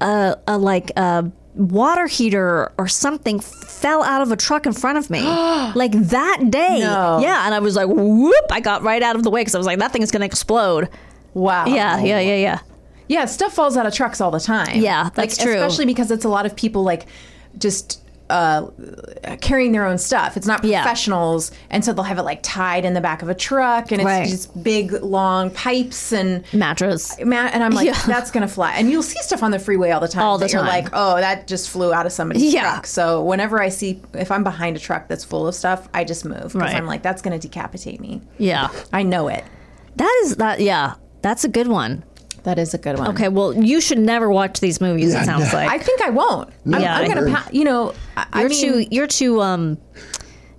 a, a like a water heater or something fell out of a truck in front of me like that day No. yeah and i was like whoop i got right out of the way because i was like that thing is going to explode Wow. yeah yeah yeah yeah Yeah, stuff falls out of trucks all the time. Yeah, like, that's true. Especially because it's a lot of people like just uh, carrying their own stuff. It's not Yeah. professionals, and so they'll have it like tied in the back of a truck, and it's Right. just big long pipes and. mattress Ma- and I'm like, Yeah. that's gonna fly. And you'll see stuff on the freeway all the time. All the that You're time. like, oh, that just flew out of somebody's Yeah. truck. So whenever I see, if I'm behind a truck that's full of stuff, I just move because Right. I'm like, that's gonna decapitate me. yeah I know it. that is that yeah that's a good one That is a good one. Okay, well, you should never watch these movies. it Yeah, sounds no. like I think I won't. I'm, Yeah, I'm I gonna, agree. pa- you know, I, I you're mean, too you're too um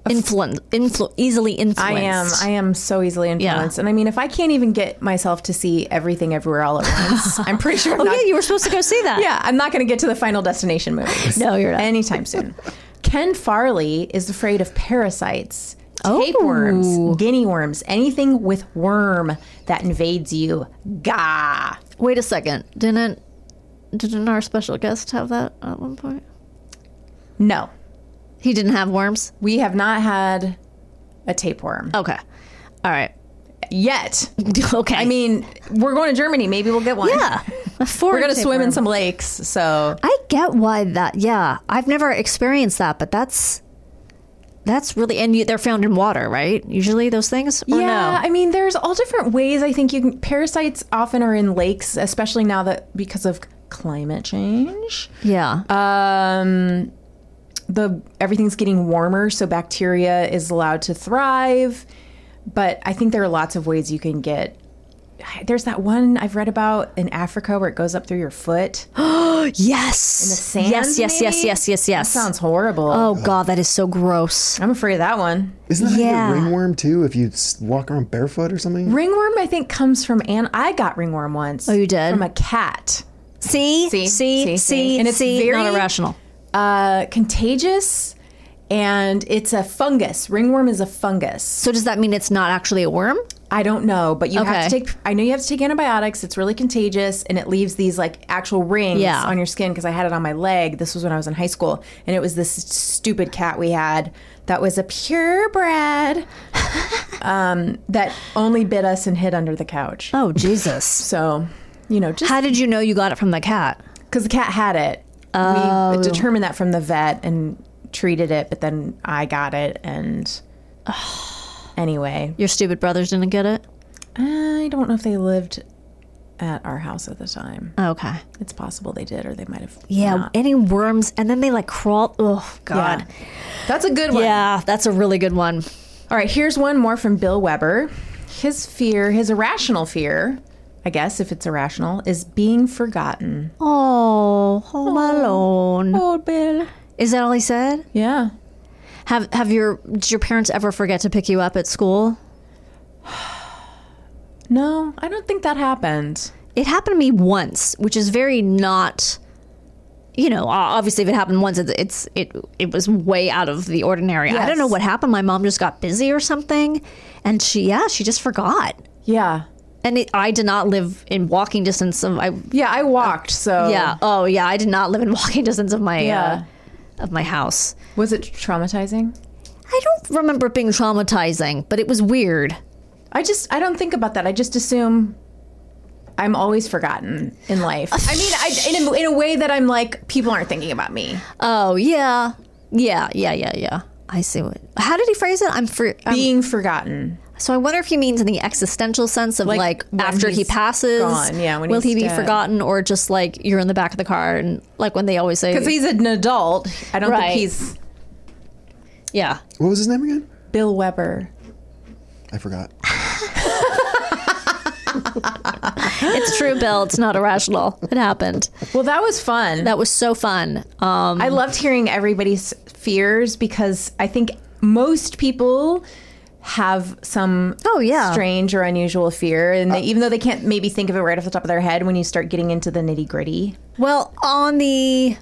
influ- influ- easily influenced. I am. I am so easily influenced, and I mean, if I can't even get myself to see everything everywhere all at once, I'm pretty sure. I'm oh not, yeah, you were supposed to go see that. yeah, I'm not going to get to the Final Destination movies. No, you're not. anytime soon. Ken Farley is afraid of parasites, Oh. tapeworms, guinea worms, anything with worm that invades you. Gah. Wait a second. Didn't didn't our special guest have that at one point? No, He didn't have worms. we have not had a tapeworm Okay. All right. yet. Okay. I mean, we're going to Germany. Maybe we'll get one. yeah. We're going to swim in some lakes, so I get why that. Yeah, I've never experienced that, but that's that's really and you, they're found in water, right? Usually those things. Or Yeah, no? I mean, there's all different ways. I think you can. Parasites often are in lakes, especially now that because of climate change. yeah. Um, the everything's getting warmer, so bacteria is allowed to thrive. But I think there are lots of ways you can get. There's that one I've read about in Africa where it goes up through your foot. yes. In sand, the Yes. Yes. Yes. maybe? Yes. Yes. Yes. Sounds horrible. Oh God, that is so gross. I'm afraid of that one. Isn't that Yeah. a ringworm, too, if you s- walk around barefoot or something? Ringworm, I think, comes from an. I got ringworm once. Oh, you did? From a cat. See, see, see, see, and it's very not irrational. uh, contagious, and it's a fungus. Ringworm is a fungus. So does that mean it's not actually a worm? I don't know, but you have to Okay. take. I know you have to take antibiotics. It's really contagious, and it leaves these like actual rings Yeah. on your skin. Because I had it on my leg. This was when I was in high school, and it was this stupid cat we had that was a purebred um, that only bit us and hid under the couch. Oh Jesus! So, you know, just How did you know you got it from the cat? because the cat had it. We determined that from the vet and treated it, but then I got it, and anyway, Your stupid brothers didn't get it. I don't know if they lived at our house at the time. Oh, Okay. It's possible they did, or they might have. Yeah. not. Any worms, and then they like crawl. Oh God. that's a good one. Yeah, that's a really good one. All right, here's one more from Bill Weber. His fear, his irrational fear, I guess, if it's irrational, is being forgotten. Oh, Home Alone. Oh, Bill. Is that all he said? Yeah. Have have your did your parents ever forget to pick you up at school? No, I don't think that happened. It happened to me once, which is very not. You know, o- obviously, if it happened once, it's it's it it was way out of the ordinary. I Yes. don't know what happened. My mom just got busy or something, and she yeah, she just forgot. Yeah. And it, I did not live in walking distance of I Yeah, I walked, so. yeah oh yeah I did not live in walking distance of my Yeah. uh, of my house. Was it traumatizing? I don't remember it being traumatizing, but it was weird. I just I don't think about that. I just assume I'm always forgotten in life. I mean, I, in, a, in a way that I'm like people aren't thinking about me. Oh yeah, yeah, yeah, yeah, yeah. I see what. How did he phrase it? I'm for. I'm- Being forgotten. so I wonder if he means in the existential sense of like, when after he he's passes, gone, yeah, when will he's he be dead. forgotten or just like you're in the back of the car and like when they always say, Because he's an adult. I don't Right. think he's yeah, What was his name again? Bill Weber. I forgot. it's true, Bill. It's not irrational. It happened. Well, that was fun. That was so fun. Um, I loved hearing everybody's fears because I think most people have some Oh, yeah. strange or unusual fear and they, even though they can't maybe think of it right off the top of their head when you start getting into the nitty-gritty well, on the.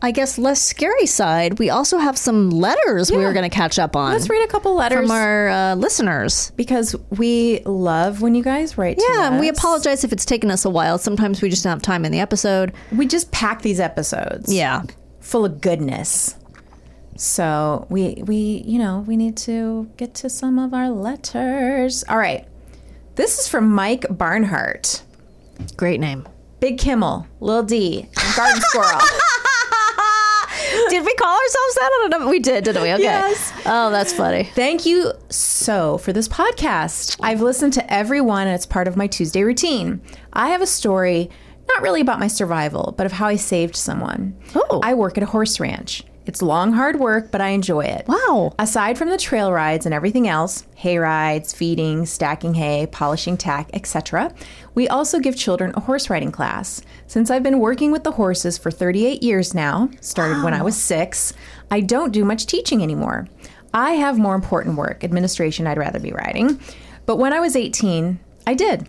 I guess less scary side. We also have some letters we were going to catch up on let's read a couple letters from our uh, listeners. because we love when you guys write to Yeah, and we us. apologize if it's taken us a while. Sometimes we just don't have time in the episode. we just pack these episodes Yeah. full of goodness so we we you know we need to get to some of our letters all right this is from mike barnhart Great name. big kimmel lil d and garden squirrel did we call ourselves that? I don't know. We did, didn't we? Okay. Yes. Oh, that's funny. Thank you so for this podcast. I've listened to every one and it's part of my Tuesday routine. I have a story, not really about my survival, but of how I saved someone. Oh. I work at a horse ranch. It's long, hard work, but I enjoy it. Wow. Aside from the trail rides and everything else, hay rides, feeding, stacking hay, polishing tack, etc., we also give children a horse riding class. Since I've been working with the horses for 38 years now, started when I was 6, I don't do much teaching anymore. I have more important work, administration I'd rather be riding. But when I was 18, I did.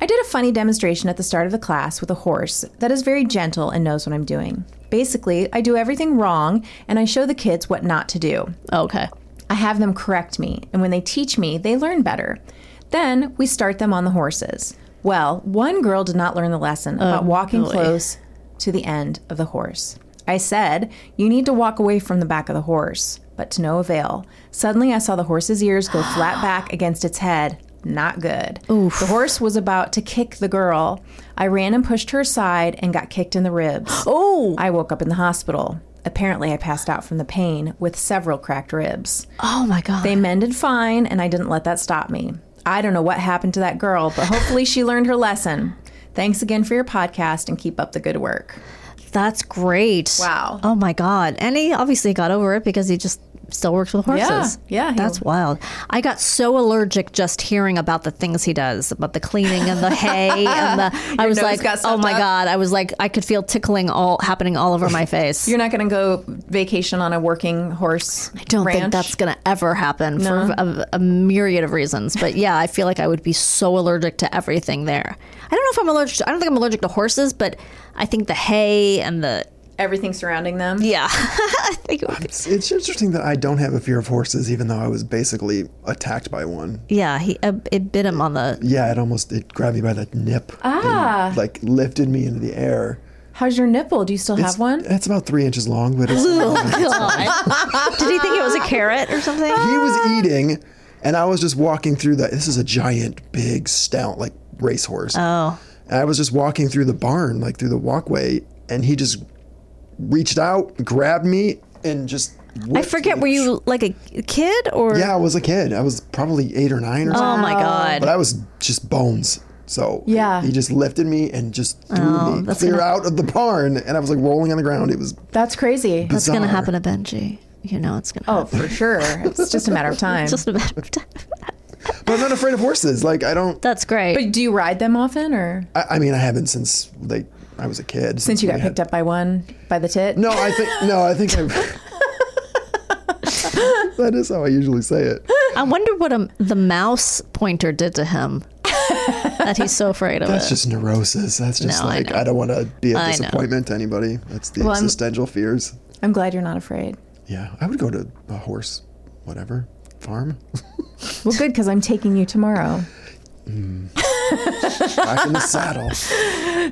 I did a funny demonstration at the start of the class with a horse that is very gentle and knows what I'm doing. Basically, I do everything wrong and I show the kids what not to do. Okay. I have them correct me, and when they teach me, they learn better. Then we start them on the horses. Well, one girl did not learn the lesson about walking close to the end of the horse. I said, You need to walk away from the back of the horse, but to no avail. Suddenly, I saw the horse's ears go flat back against its head. Not good. The horse was about to kick the girl. I ran and pushed her aside and got kicked in the ribs. Oh! I woke up in the hospital. Apparently, I passed out from the pain with several cracked ribs. Oh my god. They mended fine, and I didn't let that stop me. I don't know what happened to that girl, but hopefully she learned her lesson. Thanks again for your podcast and keep up the good work. that's great. Wow. Oh my god. And he obviously got over it because he just still works with horses. Yeah, yeah, he- That's wild. I got so allergic just hearing about the things he does, about the cleaning and the hay and the I was nose like, got "Oh stuffed my up? god." I was like I could feel tickling all happening all over my face. You're not going to go vacation on a working horse. I don't ranch. think that's going to ever happen for a, a myriad of reasons. But yeah, I feel like I would be so allergic to everything there. I don't know if I'm allergic. To, I don't think I'm allergic to horses, but I think the hay and the everything surrounding them. yeah. I think it would be- It's, it's interesting that I don't have a fear of horses, even though I was basically attacked by one. yeah, he uh, it bit him on the. Yeah, it almost it grabbed me by the nip. Ah. like lifted me into the air. How's your nipple? Do you still have one? That's about three inches long, but it's. Did he think it was a carrot or something? he was eating, and I was just walking through the. This is a giant, big, stout, like racehorse. Oh. And I was just walking through the barn, like through the walkway, and he just reached out, grabbed me, and just. I whipped forget. me. Were you like a kid or? Yeah, I was a kid. I was probably eight or nine or Oh something. my god. But I was just bones. So Yeah. he just lifted me and just threw me Oh, that's clear gonna- out of the barn, and I was like rolling on the ground. It was That's crazy. That's gonna bizarre. happen to Benji. You know, it's gonna. oh, for sure. It's just a matter of time. Just a matter of time. But I'm not afraid of horses. Like I don't. That's great. But do you ride them often, or I, I mean, I haven't since they. I was a kid. since you got picked up by one by the tit? No, I think no, I think I. that is how I usually say it. I wonder what a, the mouse pointer did to him. that he's so afraid of That's it. just neurosis. That's just No, I like know. I, don't want to be a I know. disappointment to anybody. That's the I'm- existential fears. I'm glad you're not afraid. Yeah, I would go to a horse, whatever farm Well, good because I'm taking you tomorrow. back in the saddle.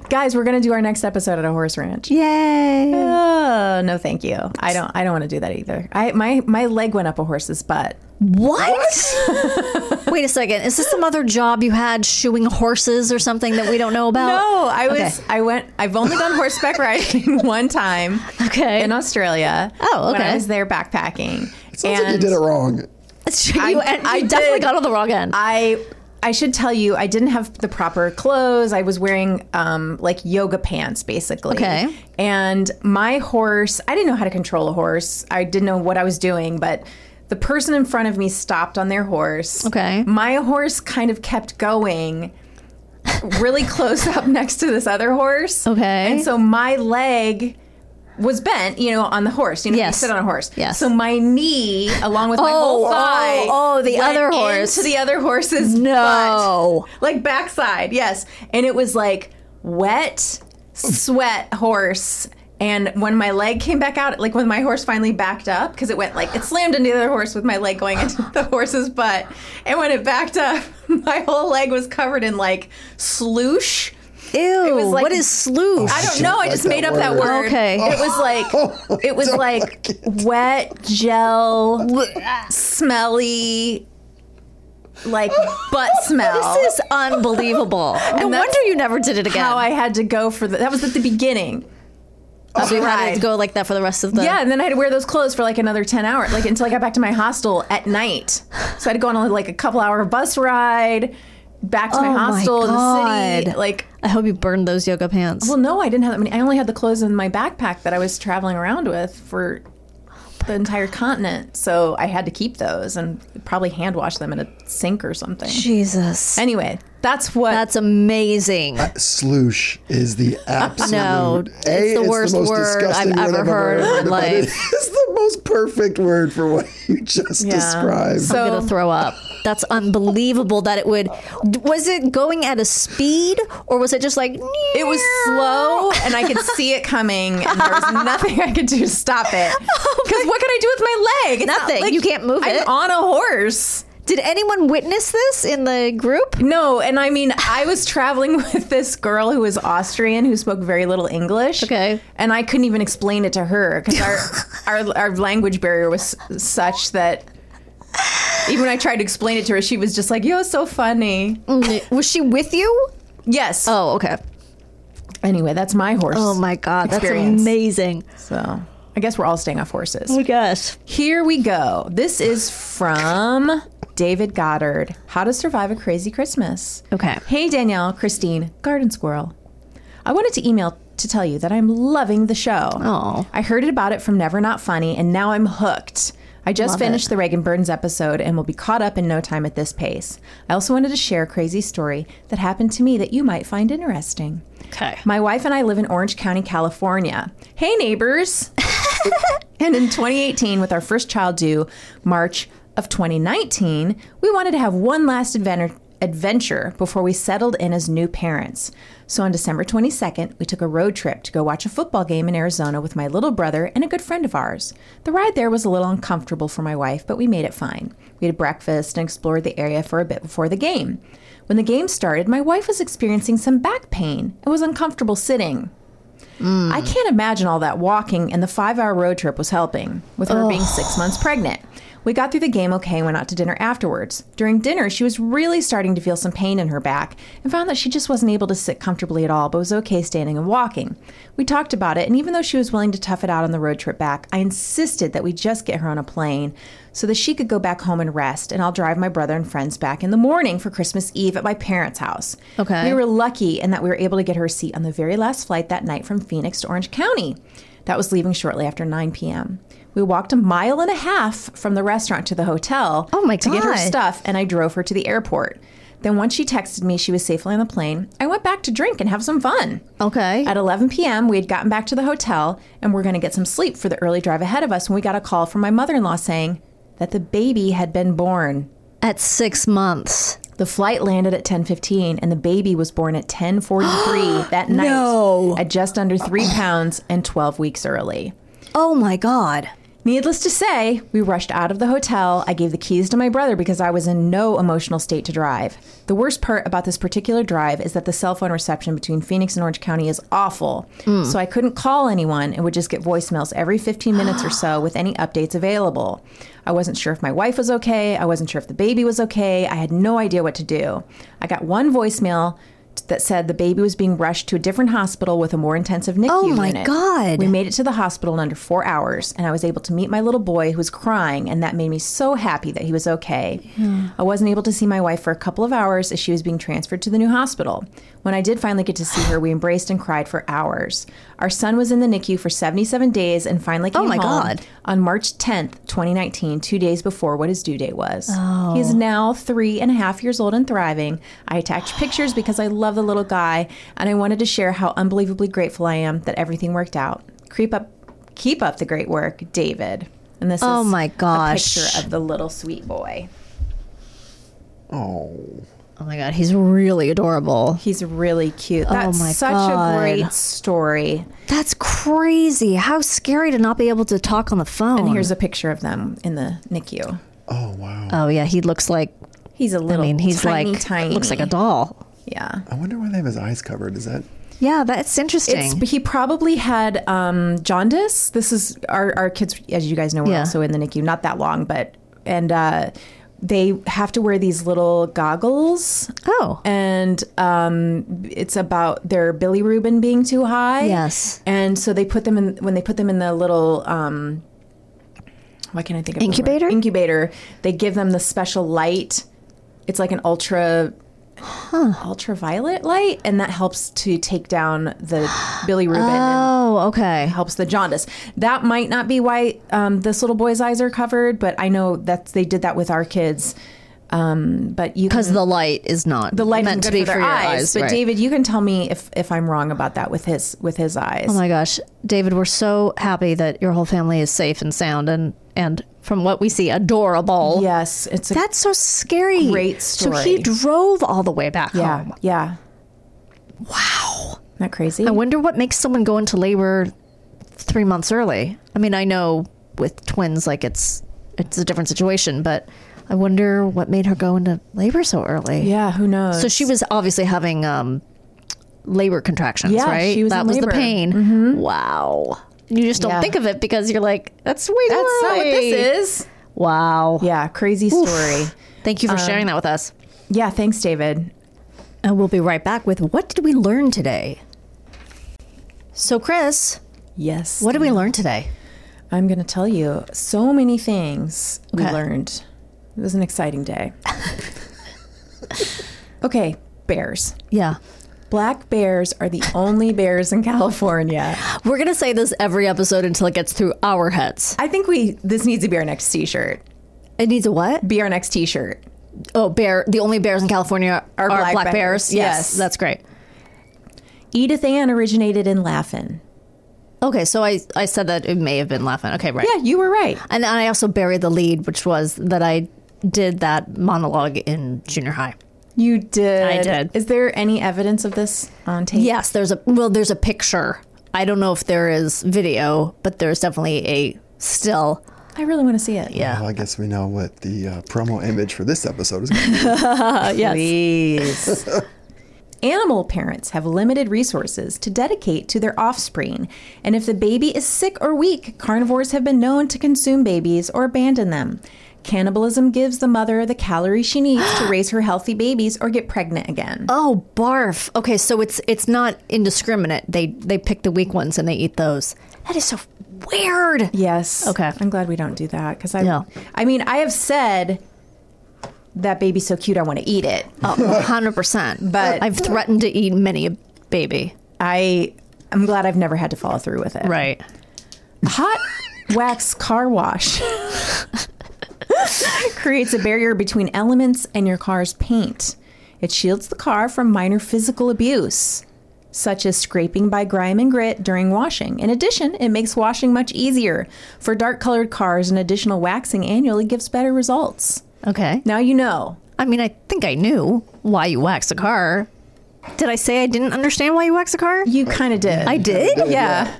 Guys, we're gonna do our next episode at a horse ranch. Yay! Oh no, thank you. I don't. I don't want to do that either. I my my leg went up a horse's butt. What? Wait a second. Is this some other job you had shoeing horses or something that we don't know about? No, Oh, I was. Okay. I went. I've only done horseback riding one time. Okay. In Australia. Oh, When I okay. was there backpacking. Sounds like you did it wrong. you, I- and I you definitely did. got on the wrong end. I I should tell you I didn't have the proper clothes. I was wearing um like yoga pants basically. Okay. And my horse, I didn't know how to control a horse. I didn't know what I was doing, but the person in front of me stopped on their horse. Okay. My horse kind of kept going really close up next to this other horse. Okay. And so my leg was bent, you know, on the horse. You know, Yes. you sit on a horse. Yes. So my knee, along with my Oh, whole oh, thigh, oh, the went other horse. into the other horse's No. butt. like backside, yes. And it was like wet sweat horse. And when my leg came back out, like when my horse finally backed up, because it went like it slammed into the other horse with my leg going into the horse's butt. And when it backed up, my whole leg was covered in like sloosh. Ew. was like- what is sleuth? I don't Shit, know. I like just that made up that word. word. Okay. It was like it was like wet gel, smelly, like butt smell. This is unbelievable. no that's wonder you never did it again. how I had to go for the, that was at the beginning. so you had ride. to go like that for the rest of the. Yeah, and then I had to wear those clothes for like another ten hours, like until I got back to my hostel at night. So I had to go on like a couple hour bus ride back to my Oh my hostel in the city. God. Like, I hope you burned those yoga pants. well, no, I didn't have that many. I only had the clothes in my backpack that I was traveling around with for the entire continent. So I had to keep those and probably hand wash them in a sink or something. Jesus. Anyway, that's what That's amazing. Uh, Sloosh is the absolute. No, A, it's the worst most word disgusting I've word ever heard in my but it life. is the most perfect word for what you just described. So- I'm gonna throw up. That's unbelievable that it would. Was it going at a speed or was it just like? It was slow, and I could see it coming, and there was nothing I could do to stop it. Because what could I do with my leg? It's not Oh Nothing. You can't move I'm it. on a horse. Did anyone witness this in the group? No, and I mean, I was traveling with this girl who was Austrian who spoke very little English. Okay. And I couldn't even explain it to her because our, our, our language barrier was such that even when I tried to explain it to her, she was just like, yo, it's so funny. Was she with you? Yes. Oh, okay. Anyway, that's my horse. Oh my god, Experience. that's amazing. So I guess we're all staying off horses. my gosh. Here we go. This is from David Goddard How to Survive a Crazy Christmas. Okay. Hey, Danielle, Christine, Garden Squirrel. I wanted to email to tell you that I'm loving the show. Oh. I heard about it from Never Not Funny, and now I'm hooked. I just finished the Reagan Burns episode and will be caught up in no time at this pace. I also wanted to share a crazy story that happened to me that you might find interesting. Okay. My wife and I live in Orange County, California. Hey, neighbors! and in 2018, with our first child due March of 2019, we wanted to have one last adventure. Adventure before we settled in as new parents. So on December 22nd, we took a road trip to go watch a football game in Arizona with my little brother and a good friend of ours. The ride there was a little uncomfortable for my wife, but we made it fine. We had breakfast and explored the area for a bit before the game. When the game started, my wife was experiencing some back pain and was uncomfortable sitting. I can't imagine all that walking, and the five hour road trip was helping, with her being six months pregnant. We got through the game okay and went out to dinner afterwards. During dinner, she was really starting to feel some pain in her back and found that she just wasn't able to sit comfortably at all, but was okay standing and walking. We talked about it, and even though she was willing to tough it out on the road trip back, I insisted that we just get her on a plane so that she could go back home and rest, and I'll drive my brother and friends back in the morning for Christmas Eve at my parents' house. Okay. We were lucky in that we were able to get her a seat on the very last flight that night from Phoenix to Orange County. That was leaving shortly after 9 p.m. We walked a mile and a half from the restaurant to the hotel. Oh my To get her God. stuff, and I drove her to the airport. Then once she texted me she was safely on the plane, I went back to drink and have some fun. Okay. At 11 p.m., we had gotten back to the hotel and we're going to get some sleep for the early drive ahead of us when we got a call from my mother-in-law saying that the baby had been born. At six months. The flight landed at 10:15 and the baby was born at 10:43 that night at just under 3 pounds and 12 weeks early. Oh my God. Needless to say, we rushed out of the hotel. I gave the keys to my brother because I was in no emotional state to drive. The worst part about this particular drive is that the cell phone reception between Phoenix and Orange County is awful. Mm. So I couldn't call anyone and would just get voicemails every 15 minutes or so with any updates available. I wasn't sure if my wife was okay. I wasn't sure if the baby was okay. I had no idea what to do. I got one voicemail that said the baby was being rushed to a different hospital with a more intensive NICU Oh my unit. God. We made it to the hospital in under four hours, and I was able to meet my little boy who was crying, and that made me so happy that he was okay. Hmm. I wasn't able to see my wife for a couple of hours as she was being transferred to the new hospital. When I did finally get to see her, we embraced and cried for hours. Our son was in the NICU for 77 days and finally came Oh my home God. on March 10th, 2019, two days before what his due date was. He Oh. is now three and a half years old and thriving. I attached pictures because I love the little guy, and I wanted to share how unbelievably grateful I am that everything worked out. Creep up, keep up the great work, David. And this Oh is my gosh. a picture of the little sweet boy. Oh, Oh my God. He's really adorable. He's really cute. That's Oh my such God. a great story. That's crazy. How scary to not be able to talk on the phone. And here's a picture of them in the NICU. oh wow. oh yeah, he looks like. He's a I little. mean, he's tiny, like tiny. looks like a doll. yeah. I wonder why they have his eyes covered. Is that Yeah, that's interesting. It's, he probably had um, jaundice. This is our, our kids, as you guys know, were Yeah. also in the NICU, not that long, but and uh, they have to wear these little goggles. oh, And um, it's about their bilirubin being too high. Yes. And so they put them in when they put them in the little. Um, why can't I think of the word? Incubator? Incubator. They give them the special light. It's like an ultra ultraviolet light, and that helps to take down the bilirubin and oh, okay. helps the jaundice. That might not be why um, this little boy's eyes are covered, but I know that they did that with our kids. Um, but you Because can, the light is not the light meant isn't to good be for, their your eyes, But right. David, you can tell me if if I'm wrong about that with his with his eyes. Oh my gosh, David, we're so happy that your whole family is safe and sound and and from what we see, adorable. yes, it's a, That's so scary. Great So he story. drove all the way back yeah home. yeah. Wow, Isn't that crazy. I wonder what makes someone go into labor three months early. I mean, I know with twins, like it's it's a different situation, but I wonder what made her go into labor so early. yeah, who knows? So she was obviously having um, labor contractions, Yeah, right? she was that in was Mm-hmm. the labor. pain. Wow. You just don't Yeah. think of it because you're like, that's way That's not what this is. Wow. Yeah, crazy story. Thank you for sharing that with us. Yeah, thanks, David. Um, And we'll be right back with what did we learn today? So, Chris, Yes. what did we learn today? I'm going to tell you so many things we Okay. learned. It was an exciting day. okay, bears. Yeah. Black bears are the only bears in California. We're going to say this every episode until it gets through our heads. I think we this needs to be our next t-shirt. It needs a what? Be our next t-shirt. Oh, bear. The only bears in California are, black, black bears. bears. Yes. Yes. That's great. Edith Ann originated in Laughlin. Okay. So, I, I said that it may have been laughing. Okay. Right. Yeah, you were right. And then I also buried the lead, which was that I did that monologue in junior high. You did. I did. Is there any evidence of this on tape? Yes, there's a well, there's a picture. I don't know if there is video, but there's definitely a still. I really want to see it. Yeah. Well, I guess we know what the uh, promo image for this episode is. Gonna be. Please. Animal parents have limited resources to dedicate to their offspring, and if the baby is sick or weak, carnivores have been known to consume babies or abandon them. Cannibalism gives the mother the calories she needs to raise her healthy babies or get pregnant again. Oh, barf. Okay, so it's it's not indiscriminate. They they pick the weak ones and they eat those. That is so weird. Yes. Okay. I'm glad we don't do that because I. Yeah. I mean, I have said that baby's so cute, I want to eat it. Oh, 100%. But- I've threatened to eat many a baby. I. I'm glad I've never had to follow through with it. Right. Hot wax car wash creates a barrier between elements and your car's paint. It shields the car from minor physical abuse, such as scraping by grime and grit during washing. In addition, it makes washing much easier. For dark colored cars, an additional waxing annually gives better results. Okay. Now you know. I mean, I think I knew why you wax a car. Did I say I didn't understand why you wax a car? You kind of did. I did? Yeah.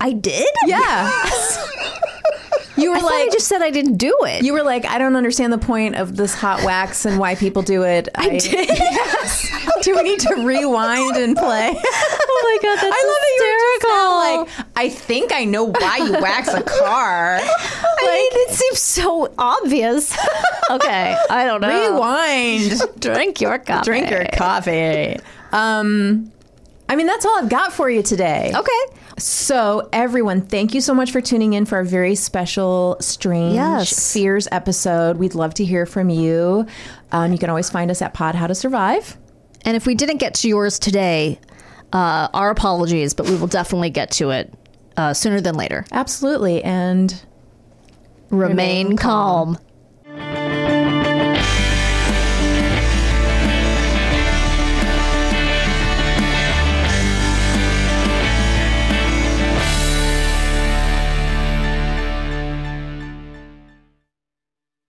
I did? Yeah. you were I thought I like just said I didn't do it. you were like I don't understand the point of this hot wax and why people do it. I, did. Yes. do we need to rewind and play? oh my god, that's I love that you were just now like I think I know why you wax a car. I mean, it seems so obvious. okay, I don't know. Rewind. Drink your eh? coffee. Drink your coffee. Um I mean that's all I've got for you today. Okay. So, everyone, thank you so much for tuning in for our very special Strange Yes. Fears episode. We'd love to hear from you. Um, you can always find us at Pod How to Survive. And if we didn't get to yours today, uh, our apologies, but we will definitely get to it uh, sooner than later. Absolutely. And Remain, calm.